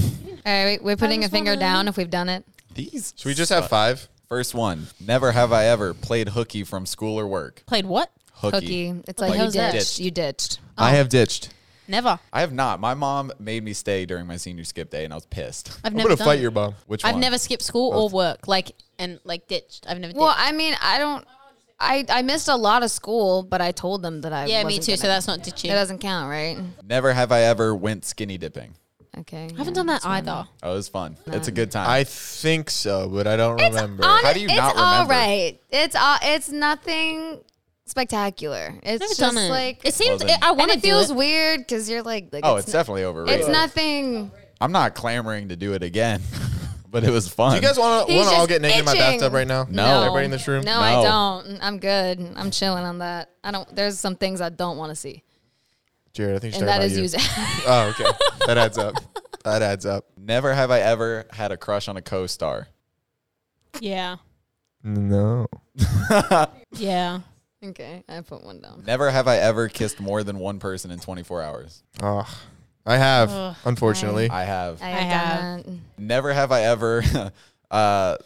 All right, we- we're putting a finger down if we've done it. These. should we just have five? First one, never have I ever played hooky from school or work. Played what? Hooky. Cookie. It's the like you hell's that? ditched. You ditched. I have ditched. Never. I have not. My mom made me stay during my senior skip day and I was pissed. I've I'm never gonna done fight it. your mom. Which I've one? never skipped school or work. Like, and like ditched. I've never Well, ditched. I mean, I don't. I I missed a lot of school, but I told them that I. yeah, me wasn't too. So gonna- that's not ditching. it doesn't count, right? Never have I ever went skinny dipping. Okay. I haven't done that either. Oh, it was fun. It's a good time. I think so, but I don't remember. Honest, How do you it's not all remember? right. It's all. It's nothing spectacular. Never It's just done it. like. it seems. Well, then- I and want to it feels weird because you're like. like oh, it's, not- definitely overrated. It's nothing. I'm not clamoring to do it again, but it was fun. you guys want to He's want to all just get naked in my itching. bathtub right now? No. everybody in this room. No, I No. don't. I'm good. I'm chilling on that. I don't. There's some things I don't want to see, Jared, I think she's and talking that about is you. using. Oh, okay, that adds up. That adds up. Never have I ever had a crush on a co-star. Yeah. No. Yeah. okay, I put one down. Never have I ever kissed more than one person in 24 hours. Oh, I have Ugh, unfortunately. I have. I have have. Done Never have I ever uh,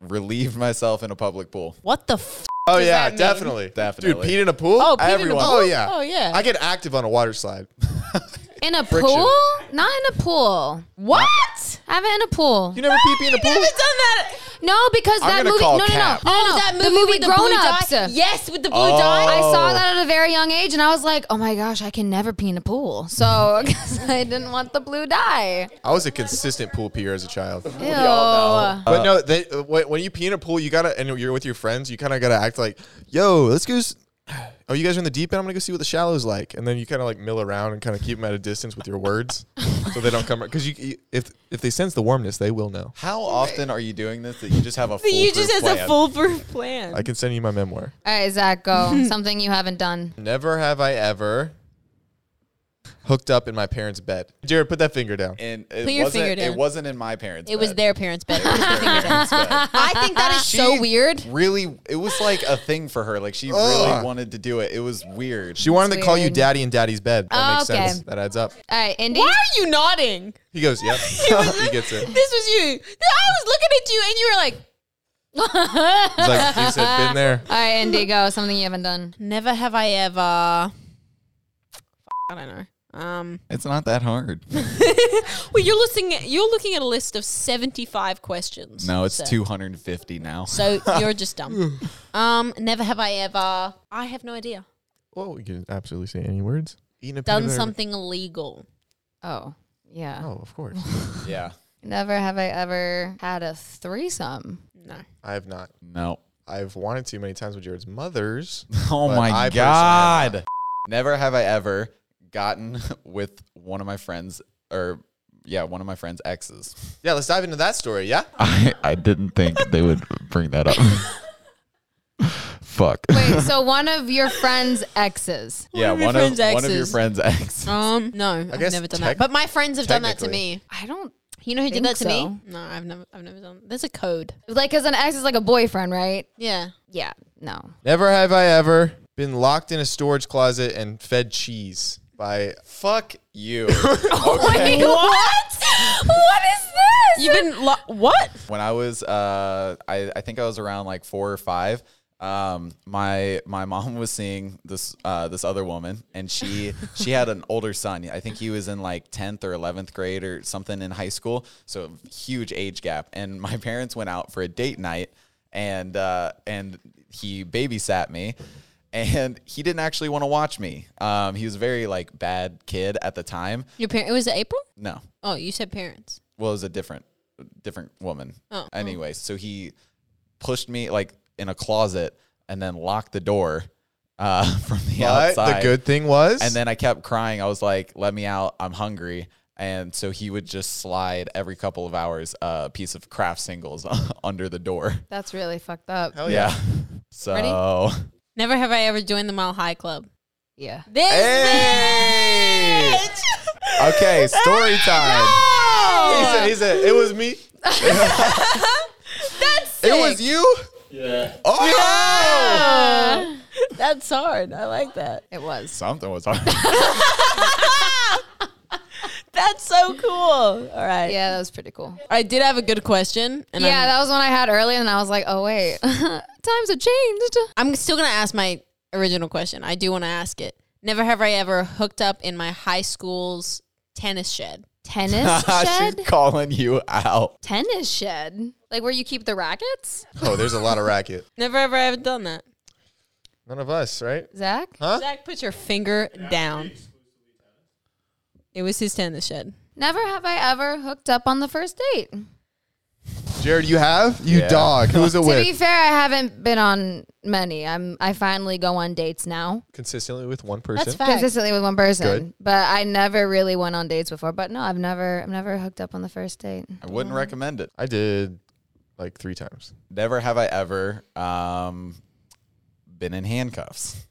relieved myself in a public pool. What the f? oh does yeah, that mean? definitely, Definitely. Dude, peed in a pool. Oh, peed in a Everyone. pool? Oh yeah. Oh, yeah. I get active on a water slide. that. In a pool? Not in a pool. What? I haven't in a pool. You never pee pee in a pool. that. No, because I'm that gonna movie. call No, no, no, cap. no, no, Oh, no. that movie, the movie with the blue Grown Ups. dye? Yes, with the blue Oh. dye. I saw that at a very young age, and I was like, "Oh my gosh, I can never pee in a pool." So 'cause I didn't want the blue dye. I was a consistent pool peer as a child. Ew. But no, they, uh, when, when you pee in a pool, you gotta, and you're with your friends, you kind of gotta act like, yo, let's go. s- Oh, you guys are in the deep end. I'm gonna go see what the shallow's like, and then you kind of like mill around and kind of keep them at a distance with your words, so they don't come. Because you, you, if if they sense the warmness, they will know. How often are you doing this that you just have a full You just has a plan? foolproof plan. I can send you my memoir. All right, Zach, go. Something you haven't done. Never have I ever hooked up in my parents' bed. Jared, put that finger down. and it Put your wasn't, finger down. It wasn't in my parents. it was bed. their parents' bed. Parents' bed. I think that is so She weird. Really, it was like a thing for her. Like she really Ugh. wanted to do it. It was weird. She wanted to call you weird. daddy in daddy's bed. That Oh, makes okay. sense. That adds up. All right, Indy. Why are you nodding? He goes, yep. he gets it. This was you. I was looking at you, and you were like, He's like, he said, been there. All right, Indy, go. Something you haven't done. "Never have I ever." I don't know. Um, It's not that hard. well, you're listening. You're looking at a list of 75 questions. No, it's so. 250 now. So you're just dumb. Um, never have I ever. I have no idea. Well, you can absolutely say any words. Eating a peanut Done butter- something illegal. Oh, yeah. Oh, of course. Yeah. Never have I ever had a threesome. No. I have not. No. I've wanted to many times with Jared's mother's. Oh But my I personally have god. Never have I ever gotten with one of my friends or yeah, one of my friends' exes. Yeah, let's dive into that story. Yeah. I, I didn't think they would bring that up. Fuck. Wait, so one of your friend's exes. yeah, of your one of friends' one of your exes. friends' exes. Um, no, I've guess never done that. tec- But my friends have done that to technically. me. I don't You know who did Think that to so. me? No, I've never. I've never done. There's a code. like because an ex is like a boyfriend, right? Yeah. Yeah. No. Never have I ever been locked in a storage closet and fed cheese by. Fuck you. Wait, what? what is this? You've been lo- what? when I was uh I, I think I was around like four or five. Um, my my mom was seeing this uh this other woman, and she she had an older son. I think he was in like tenth or eleventh grade or something in high school, so huge age gap. And my parents went out for a date night, and uh, and he babysat me, and he didn't actually want to watch me. Um, he was a very like bad kid at the time. Your parent? It was April. No, Oh, you said parents. well, it was a different, different woman. Oh, anyway, so he pushed me like in a closet and then locked the door uh, from the But outside. the good thing was. and then I kept crying. I was like, "Let me out! I'm hungry." And so he would just slide every couple of hours uh, a piece of craft singles under the door. That's really fucked up. Hell yeah. yeah. So Never have I ever joined the Mile High Club. Yeah. This Hey! bitch. okay, story time. He said, he said, it was me. It was you? Yeah. Oh! That's hard. I like that. It was. Something was on. That's so cool. All right. Yeah, that was pretty cool. I did have a good question, and Yeah, I'm, that was one I had earlier, and I was like, oh wait, times have changed. I'm still gonna ask my original question. I do want to ask it. Never have I ever hooked up in my high school's tennis shed. Tennis shed. She's calling you out. Tennis shed. Like where you keep the rackets. Oh, there's a lot of racket. Never ever have done that. None of us, right? Zach. Huh? Zach, put your finger down. It was his tennis shed. Never have I ever hooked up on the first date. Jared, you have? You Yeah. dog. Who was it To be with? fair, I haven't been on many. I'm. I finally go on dates now. Consistently with one person. consistently with one person. Good. But I never really went on dates before. But no, I've never I've never hooked up on the first date. I wouldn't recommend it. I did like three times. Never have I ever um, been in handcuffs.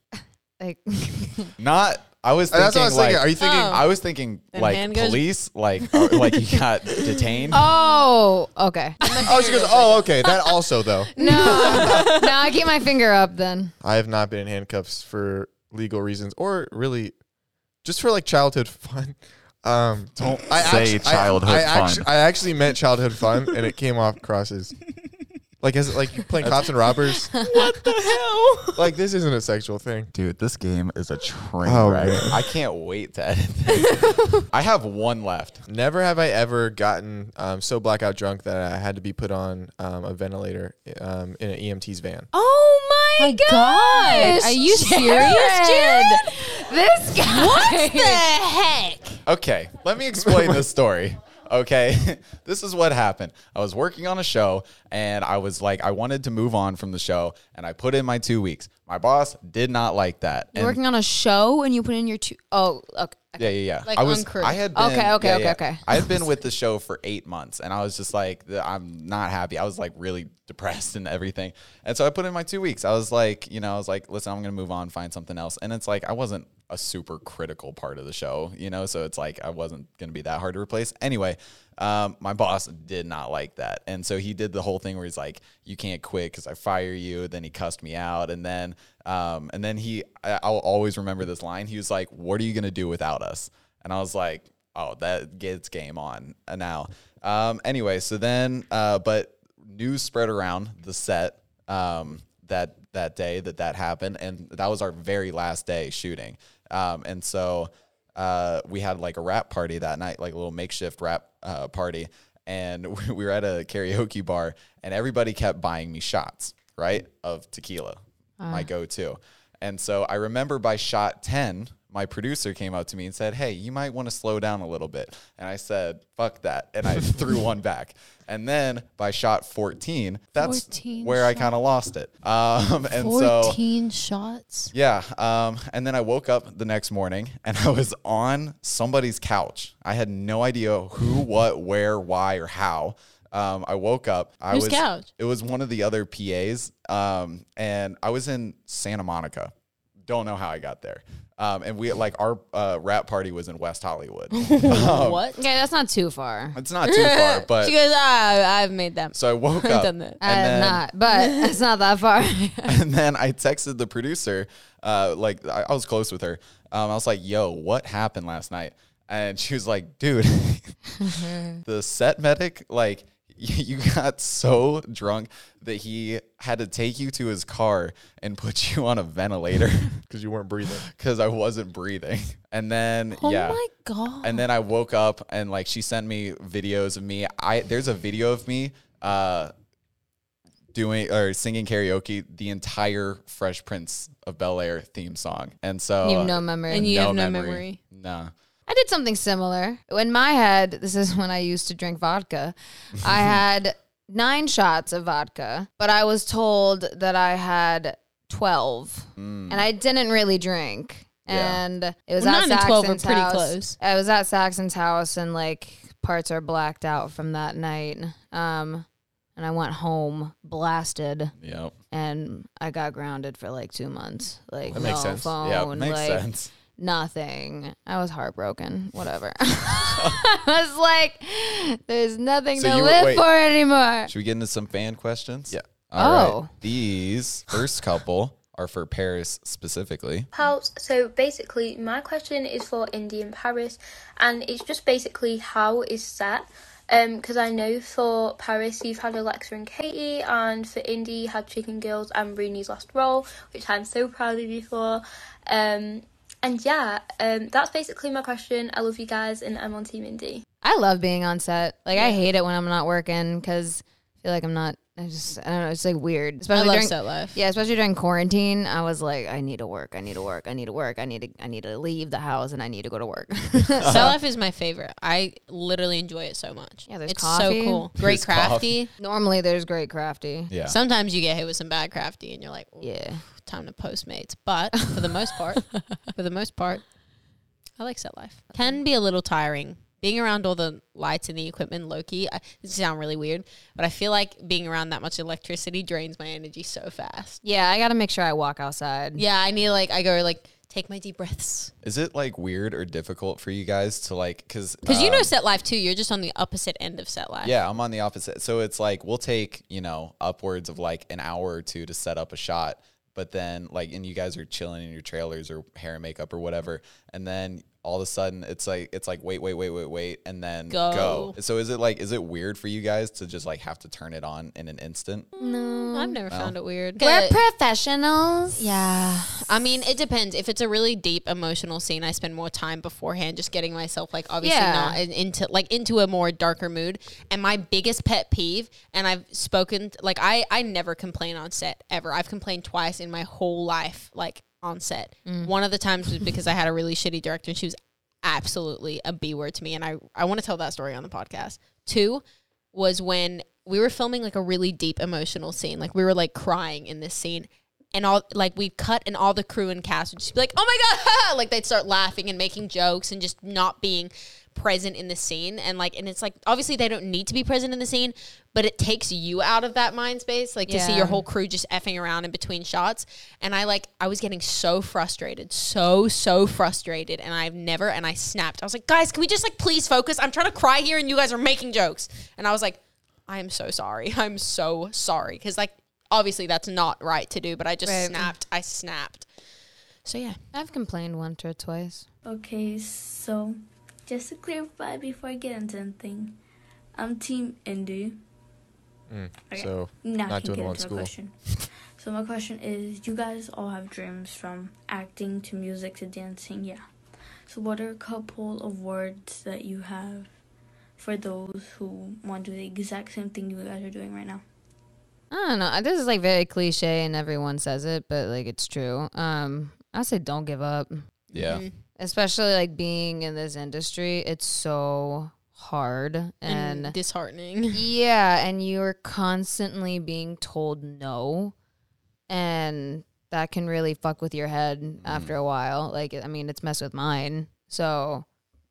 Like Not. I was thinking. That's what I was like, thinking. Are you thinking? Oh. I was thinking And like hand goes- police, like or, like you got detained. Oh, okay. Oh, she goes, oh, okay. That also, though. No. no, I keep my finger up then. I have not been in handcuffs for legal reasons or really just for like childhood fun. Um, Don't I say actu- I- childhood I, fun. actu- I actually meant childhood fun and it came off crosses. Like, is it like you playing cops and robbers? What the hell? Like, this isn't a sexual thing. Dude, this game is a train Oh, wreck. man. I can't wait to edit this. I have one left. Never have I ever gotten um, so blackout drunk that I had to be put on um, a ventilator um, in an EMT's van. Oh my, gosh. Are you Jared. serious, Jared? This guy. What the heck? Okay, let me explain this story. Okay, this is what happened. I was working on a show and I was like, I wanted to move on from the show and I put in my two weeks. My boss did not like that. You're and- working on a show and you put in your two Oh, okay. Yeah, yeah, yeah. Like I was, on crew. I had been, Okay, okay, yeah, okay, yeah. okay. I had been with the show for eight months, and I was just like, th- I'm not happy. I was like really depressed and everything, and so I put in my two weeks. I was like, you know, I was like, listen, I'm gonna move on, find something else, and it's like I wasn't a super critical part of the show, you know, so it's like I wasn't gonna be that hard to replace anyway. Um, my boss did not like that, and so he did the whole thing where he's like, "You can't quit because I fire you." Then he cussed me out, and then, um, and then he, I, I'll always remember this line. He was like, "What are you gonna do without us?" And I was like, oh, that gets game on uh, now. Um, anyway, so then, uh, but news spread around the set um, that that day that that happened, and that was our very last day shooting. Um, and so uh, we had like a rap party that night, like a little makeshift rap uh, party, and we were at a karaoke bar, and everybody kept buying me shots, right, of tequila, my go-to. And so I remember by shot 10, my producer came up to me and said, Hey, you might want to slow down a little bit. And I said, Fuck that. And I threw one back. And then by shot 14, that's 14 where I kind of lost it. Um, and so, Fourteen shots. yeah. Um, and then I woke up the next morning and I was on somebody's couch. I had no idea who, what, where, why, or how. Um, I woke up. I Whose was couch? it was one of the other PAs, um, and I was in Santa Monica. Don't know how I got there. Um, and we like our uh, rap party was in West Hollywood. what? Okay, that's not too far. it's not too far, she Oh, but goes, ah, I've made them. so I woke I've up. done that. I am Uh, not, but it's not that far. and then I texted the producer, uh, like I, I was close with her. Um, I was like, "Yo, what happened last night?" And she was like, "Dude, the set medic, like." You you got so drunk that he had to take you to his car and put you on a ventilator because you weren't breathing. because I wasn't breathing. And then, oh yeah. my god. And then I woke up and like she sent me videos of me. I there's a video of me uh doing or singing karaoke the entire Fresh Prince of Bel Air theme song. And so you have no memory. And you have no memory. Nah. I did something similar. In my head, this is when I used to drink vodka. I had nine shots of vodka, but I was told that I had 12, and I didn't really drink. Mm. Yeah. And it was Well, at nine and 12 are Saxon's pretty house. close. I was at Saxon's house, and like parts are blacked out from that night. Um, and I went home blasted, Yep. and I got grounded for like two months. Like That makes no sense. Oh, phone, yeah, it makes like, sense. nothing. I was heartbroken. Whatever. I was like, there's nothing So to you- live wait. for anymore. Should we get into some fan questions? Yeah. All right. Oh. These first couple are for Paris specifically. Pals, so basically, my question is for Indy and Paris, and it's just basically how is set. Because I know for Paris, you've had Alexa and Katie, and for Indy, you had Chicken Girls and Rooney's Last Roll, which I'm so proud of you for. Um, and yeah, um, that's basically my question. I love you guys, and I'm on Team Indy. I love being on set. Like I hate it when I'm not working because I feel like I'm not. I just I don't know. It's like weird, especially love during set life. Yeah, especially during quarantine. I was like, I need to work. I need to work. I need to work. I need to. I need to leave the house and I need to go to work. Set life is my favorite. I literally enjoy it so much. Yeah, there's it's coffee. so cool. Great There's crafty. Normally, there's great crafty. Yeah. Sometimes you get hit with some bad crafty, and you're like, "Ooh, Yeah. time to Postmates. But for the most part, for the most part, I like set life. Can be a little tiring. Being around all the lights and the equipment, low key, I, it sound really weird, but I feel like being around that much electricity drains my energy so fast. Yeah, I got to make sure I walk outside. Yeah, I need like I go like take my deep breaths Is it like weird or difficult for you guys to like cuz because you know set life too. You're just on the opposite end of set life. Yeah, I'm on the opposite. So it's like we'll take, you know, upwards of like an hour or two to set up a shot, but then like and you guys are chilling in your trailers or hair and makeup or whatever, and then all of a sudden it's like it's like wait, wait, wait, wait, wait, and then go. Go. So is it like is it weird for you guys to just like have to turn it on in an instant? I've never found it weird. We're But- professionals. Yeah. I mean, it depends. If it's a really deep emotional scene, I spend more time beforehand just getting myself like obviously Yeah. not in- into like into a more darker mood. And my biggest pet peeve, and I've spoken like I I never complain on set ever. I've complained twice in my whole life like on set. One of the times was because I had a really shitty director and she was absolutely a B word to me and I I want to tell that story on the podcast. Two was when we were filming like a really deep emotional scene. Like we were like crying in this scene. And all like we'd cut and all the crew and cast would just be like, Oh my god like they'd start laughing and making jokes and just not being present in the scene and like and it's like obviously they don't need to be present in the scene, but it takes you out of that mind space. Like to see Yeah. your whole crew just effing around in between shots. And I like I was getting so frustrated, so, so frustrated. And I've never and I snapped. I was like, guys, can we just like please focus? I'm trying to cry here and you guys are making jokes. And I was like, I am so sorry. I'm so sorry. Cause like obviously that's not right to do, but I just Right. snapped. I snapped. So yeah. I've complained once or twice. Okay, so just to clarify before I get into anything, I'm Team Indy. Okay. Mm, So Now Not I can doing get well into in my question. So my question is, you guys all have dreams from acting to music to dancing, yeah. So, what are a couple of words that you have for those who want to do the exact same thing you guys are doing right now? I don't know. This is like very cliche and everyone says it, but like it's true. Um, I say don't give up. Yeah. Especially like being in this industry, it's so hard and and disheartening. yeah, and you are constantly being told no, and that can really fuck with your head after a while. Like, I mean, it's messed with mine. So,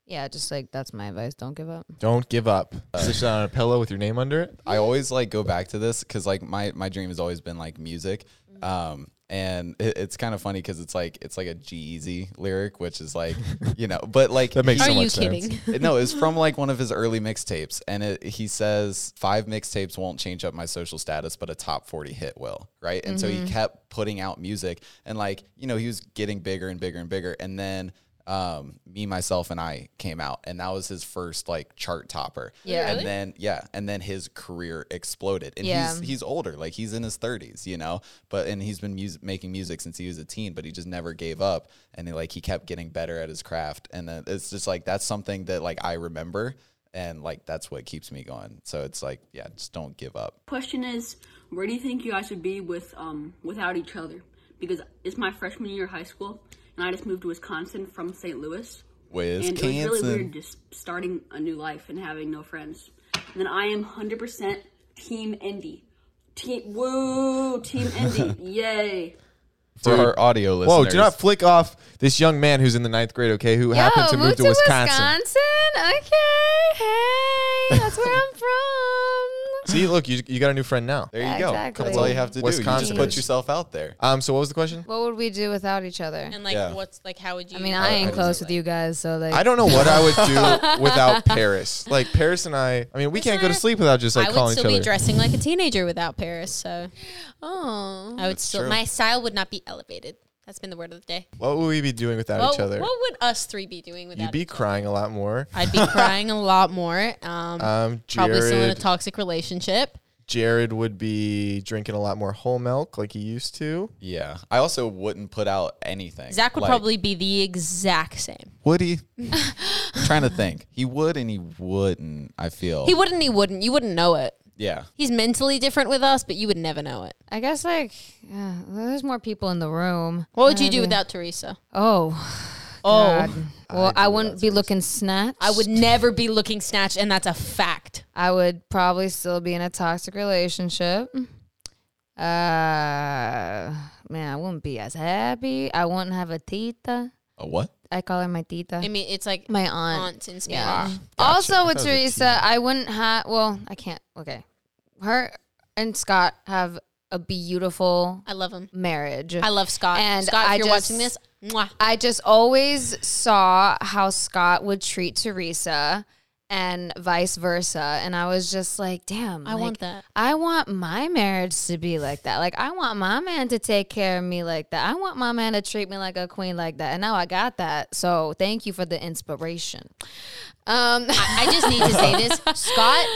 yeah, just like that's my advice. Don't give up. Don't give up. Sit down on a pillow with your name under it. I always like go back to this because like my my dream has always been like music, um, and it, it's kind of funny because it's like it's like a G-Eazy lyric, which is like you know, but like That makes Are so you much sense. kidding? It- no, it's from like one of his early mixtapes, and it, he says five mixtapes won't change up my social status, but a top forty hit will, right? And so he kept putting out music, and like you know, he was getting bigger and bigger and bigger, and then um, me, myself, and I came out, and that was his first like chart topper. Yeah. and then yeah, and then his career exploded, and Yeah. he's he's older, like he's in his thirties, you know, but and he's been music, making music since he was a teen, but he just never gave up, and he, like he kept getting better at his craft, and then it's just like that's something that like I remember, and like that's what keeps me going. So it's like yeah, just don't give up. question is where do you think you guys would be with um without each other because it's my freshman year of high school and i just moved to wisconsin from st louis and Wisconsin, it was really weird just starting a new life and having no friends and then i am 100% team endy team woo team endy yay for our audio listeners. Whoa, do not flick off this young man who's in the ninth grade, okay, who happened to move to, Wisconsin. Okay, hey, that's where I'm from. See, look, you, you got a new friend now. There you Yeah, go. exactly. That's all you have to do. You Wisconsin. just put yourself out there. Um, so what was the question? What would we do without each other? And like, Yeah. what's like? How would you? I mean, I ain't close with you guys, so like, I don't know what I would do without Paris. Like Paris and I, I mean, we can't go to sleep without just like I would calling still each be other. dressing like a teenager without Paris. So Oh, I would That's still. true. My style would not be elevated. That's been the word of the day. what would we be doing without What, each other? what would us three be doing without? You'd be each other? crying a lot more. I'd be crying a lot more. Um, Um, probably still in a Jared, toxic relationship. Jared would be drinking a lot more whole milk like he used to. Yeah, I also wouldn't put out anything. Zach would Like, probably be the exact same. would he? I'm trying to think. He would and he wouldn't. I feel. He wouldn't. He wouldn't. You wouldn't know it. yeah. He's mentally different with us, but you would never know it. I guess like, yeah, there's more people in the room. What would you do without Teresa? Oh, Oh, Um, God. well, I, wouldn't be looking snatched. I would never be looking snatched, and that's a fact. I would probably still be in a toxic relationship. Uh, man, I wouldn't be as happy. I wouldn't have a tita. A what? I call her my tita. I mean, it's like my aunt. aunt in Spanish. Yeah. Also with Teresa, I wouldn't have. Well, I can't. Okay, her and Scott have a beautiful I love him. marriage. I love Scott. And Scott, if I you're just- watching this, mwah. I just always saw how Scott would treat Teresa and vice versa. And I was just like, damn. I like, want that. I want my marriage to be like that. Like, I want my man to take care of me like that. I want my man to treat me like a queen like that. And now I got that. So thank you for the inspiration. Um, I just need to say this, Scott.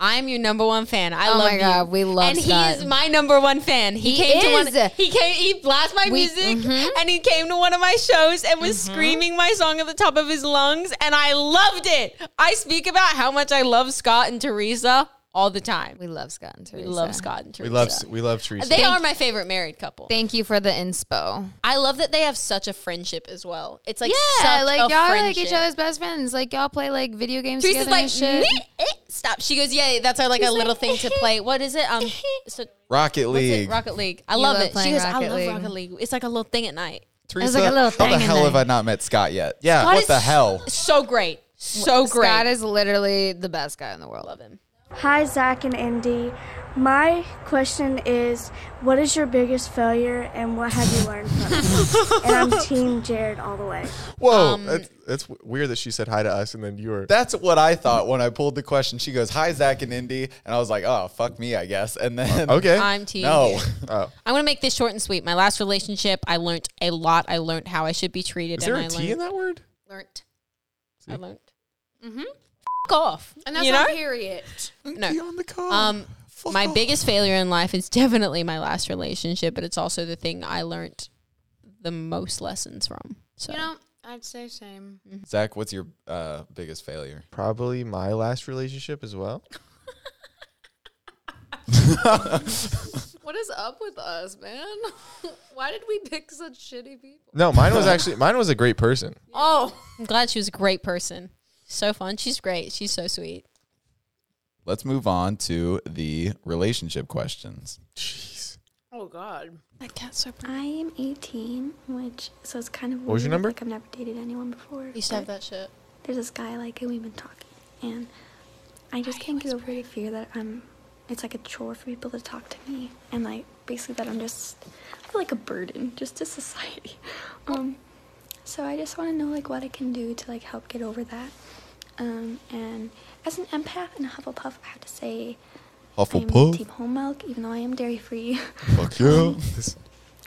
I'm your number one fan. I love Oh my you. God, we love and Scott. he is my number one fan. He, mm-hmm. He came to one. is. He came. He blasted my We- music, mhm. and he came to one of my shows and was screaming my song at the top of his lungs, and I loved it. I speak about how much I love Scott and Teresa all the time. we love Scott and We Teresa. love Scott and We Teresa. love we love Teresa. They are my favorite married couple. Thank you for the inspo. I love that they have such a friendship as well. It's like yeah, such like a y'all are like friendship. each other's best friends. Like y'all play like video games Teresa's together. like, and shit. "Meh, eh, stop. She goes, yeah, that's our like a little thing to play. What is it? Um, so Rocket what's it? League. Rocket League. I You love love it. She playing goes, I Rocket love League. Rocket League. It's like a little thing at night. Teresa, like a little how the thing in hell have there. I not met Scott yet? Yeah. Scott what is- the hell? So great, so great. Scott is literally the best guy in the world. love him. Hi, Zach and Indy. My question is What is your biggest failure and what have you learned from it? and I'm Team Jared all the way. Whoa, that's, that's w- weird that she said hi to us and then you were. uh, That's what I thought when I pulled the question. She goes, "Hi, Zach and Indy," and I was like, "Oh, fuck me, I guess." And then okay. I'm team. no, I'm gonna make this short and sweet. My last relationship, I learned a lot. I learned how I should be treated. Is there and a I T in learned, that word? Learned. I learned. Mm-hmm. F- off. And that's you know? period. No. T on the call. Um, Fuck my off. biggest failure in life is definitely my last relationship, but it's also the thing I learned the most lessons from. So You know, I'd say same. Zach, what's your uh, biggest failure? Probably my last relationship as well. What is up with us, man? Why did we pick such shitty people? No, mine was actually mine was a great person. Oh, I'm glad she was a great person. So fun. She's great. She's so sweet. Let's move on to the relationship questions. Jeez. Oh God. That cat's so pretty. I am 18, which so it's kind of weird. What was your number? Like I've never dated anyone before. used to have but that shit. There's this guy like, and we've been talking, and I just can't get over the fear that I'm. It's like a chore for people to talk to me, and like basically that I'm just. I feel like a burden just to society. Um, so I just want to know like what I can do to like help get over that. Um, and as an empath and a Hufflepuff, I have to say I'm Hufflepuff. team whole milk, even though I am dairy free. Fuck yeah.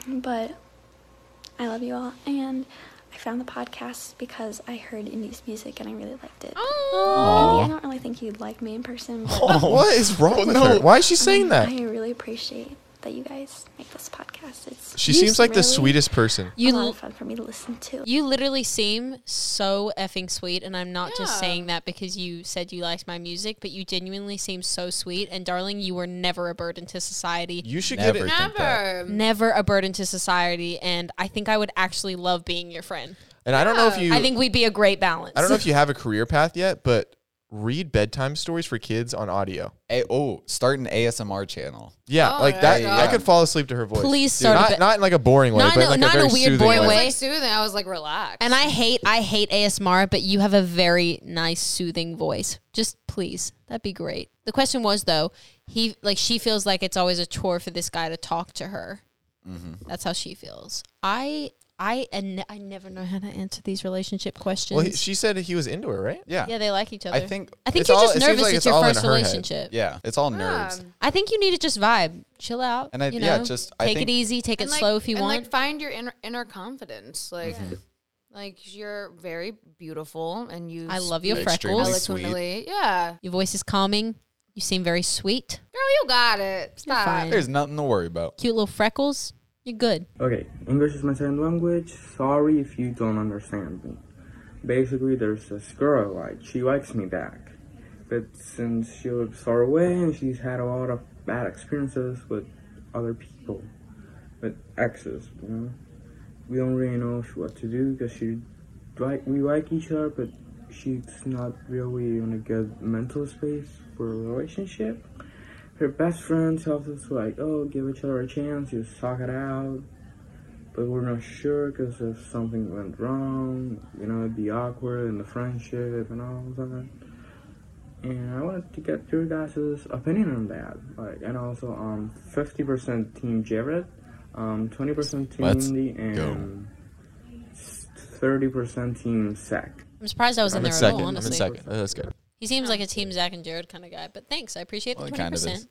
But I love you all, and I found the podcast because I heard Indy's music and I really liked it. Indy, I don't really think you'd like me in person, but Oh. What is wrong with her? Why is she saying that? Oh, I really appreciate that you guys make this podcast. It's She seems like the really sweetest person. a You lot l- of fun for me to listen to. you literally seem so effing sweet, and I'm not just saying that because you said you liked my music, but you genuinely seem so sweet. And darling, you were never a burden to society. You should Never get it. think that. never a burden to society, and I think I would actually love being your friend. And I don't know if you I think we'd be a great balance. I don't know if you have a career path yet, but read bedtime stories for kids on audio. A- oh, start an ASMR channel. Yeah, Oh, like there that. you I go. could fall asleep to her voice. Please Dude, start a not, bed- not in like a boring way, Not in but a- like not a in a very weird soothing boy It was way. way. like soothing. I was like relaxed. And I hate I hate ASMR, but you have a very nice soothing voice. Just please, that'd be great. The question was though, he like she feels like it's always a chore for this guy to talk to her. Mm-hmm. That's how she feels. I I and I never know how to answer these relationship questions. Well, he, she said he was into her, right? Yeah. yeah, they like each other. I think. I think it's you're all- just it seems nervous. like it's, it's your all in first her head. relationship. Yeah, it's all nerves. I think you need to just vibe, chill out. And I- you know, yeah, just- I take think- it easy, take it And, like- slow if you and, want. Mm-hmm. Like find your inner, inner confidence. Like, like you're very beautiful, and you. I love your You're freckles. extremely sweet. eloquently. Yeah, Your voice is calming. You seem very sweet. girl, you got it. Stop. fine. There's nothing to worry about. Cute little freckles. You're good. Okay, English is my second language. Sorry if you don't understand me. Basically, there's this girl I like. She likes me back. But since she lives far away and she's had a lot of bad experiences with other people, with exes, you know, we don't really know what to do because she like we like each other, but she's not really in a good mental space for a relationship. Her best friends helped us like, oh, give each other a chance, you suck it out, but we're not sure because if something went wrong, you know, it'd be awkward in the friendship and all that. And I wanted to get your guys' opinion on that. Like, and also, um, 50% Team Jared, um, 20% Team Let's Indy, and 30% Team Sec. I'm surprised I was in there I'm in at all, second. I'm in honestly. second. Uh, That's good. He seems like a team Zach and Jared kind of guy, but thanks. I appreciate Well, the he 20%. kind of is.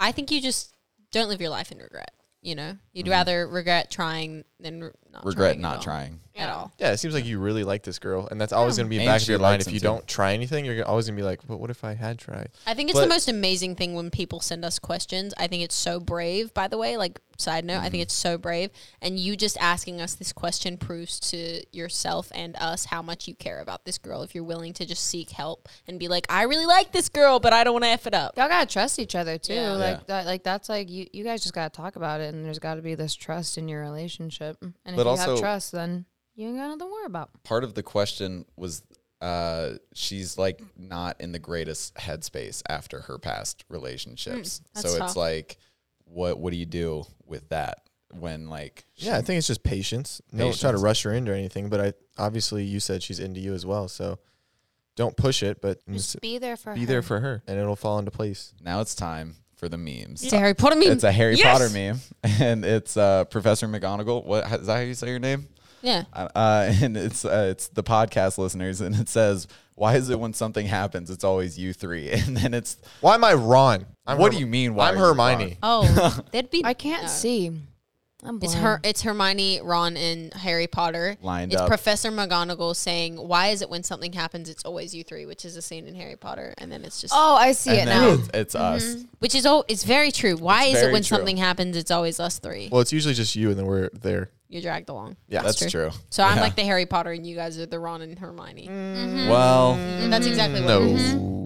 I think you just don't live your life in regret. You know, you'd rather regret trying than re- not Mm-hmm. Regret trying not at all. trying. at all. Yeah, it seems like you really like this girl, and that's always going to be in the And back of she your mind. likes If him you too. don't try anything, you're always going to be like, "But what if I had tried?" I think it's the But- most amazing thing when people send us questions. I think it's so brave, by the way. Like, side note, Mm-hmm. I think it's so brave. And you just asking us this question proves to yourself and us how much you care about this girl if you're willing to just seek help and be like, I really like this girl, but I don't want to F it up. Y'all gotta trust each other too. Yeah. Like Yeah. that, like that's like you, you guys just gotta talk about it, and there's gotta be this trust in your relationship. And if But you also- have trust, then you ain't got nothing to worry about. Part of the question was uh, she's like not in the greatest headspace after her past relationships. so Hmm, that's it's tough. like, what what do you do with that when like Yeah, I think it's just patience. No, try to Patience. rush her into anything. But I obviously you said she's into you as well, so don't push it, but Just be there for be there for her, and it'll fall into place. now it's time for the memes. It's a Harry Potter meme. It's a Harry Yes! Potter meme, and it's uh, Professor McGonagall. What is that? How you say your name? Yeah. Uh, uh, and it's uh, it's the podcast listeners, and it says, "Why is it when something happens, it's always you three? And then it's Why am I Ron? I'm What Herm- do you mean, why I'm are you Hermione. Ron? Oh, that'd be. I can't no. see. I'm blind. It's her. It's Hermione, Ron, and Harry Potter Lined it's up. Professor McGonagall saying, "Why is it when something happens, it's always you three? Which is a scene in Harry Potter, and then it's just Oh, I see it and now. then it's, it's Mm-hmm. us. Which is all it's very true. Why It's is it very when true. something happens it's always us three? Well, it's usually just you, and then we're there. You're dragged along. Yeah, that's true. So I'm Yeah. like mm. the Harry Potter, and you guys are the Ron and Hermione. Well, that's exactly what no. it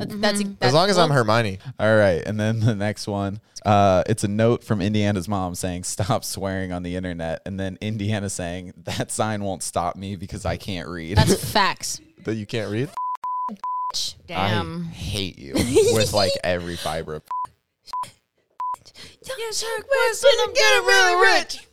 is. That's, that's, As long as I'm Hermione. All right, and then the next one, uh, it's a note from Indiana's mom saying, "Stop swearing on the internet," and then Indiana saying, "That sign won't stop me because I can't read." That's facts. That you can't read. Damn. I hate you with like every fiber. of Young Shark West, and I'm getting really rich.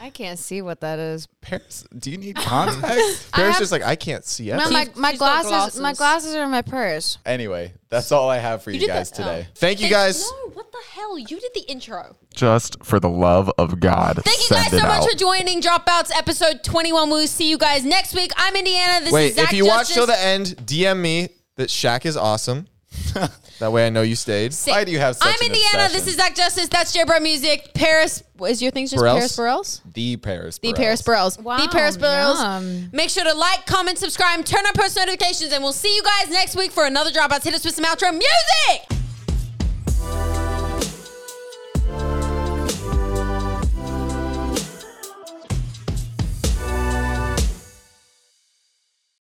I can't see what that is. Paris, do you need context? I have- just like I can't see. No, my, my she's got glasses, my glasses. glasses are in my purse. Anyway, that's all I have for you, did guys that- oh. today. Thank you guys. No, what the hell? You did the intro. Just for the love of God, Thank you guys so much for joining Dropouts episode 21. We'll see you guys next week. I'm Indiana. This is Wait, Zach if you watch Justice. till the end, DM me that Shaq is awesome. that way I know you stayed. Why do you have such I'm Indiana. This is Zach Justice. That's Jabra Music. Paris is your things just Burrells? Paris Burrells? the Paris. The Burrells. Paris Burrells. Wow, the Paris Burrells. yum. Make sure to like, comment, subscribe, turn on post notifications, and we'll see you guys next week for another Dropouts. Hit us with some outro music.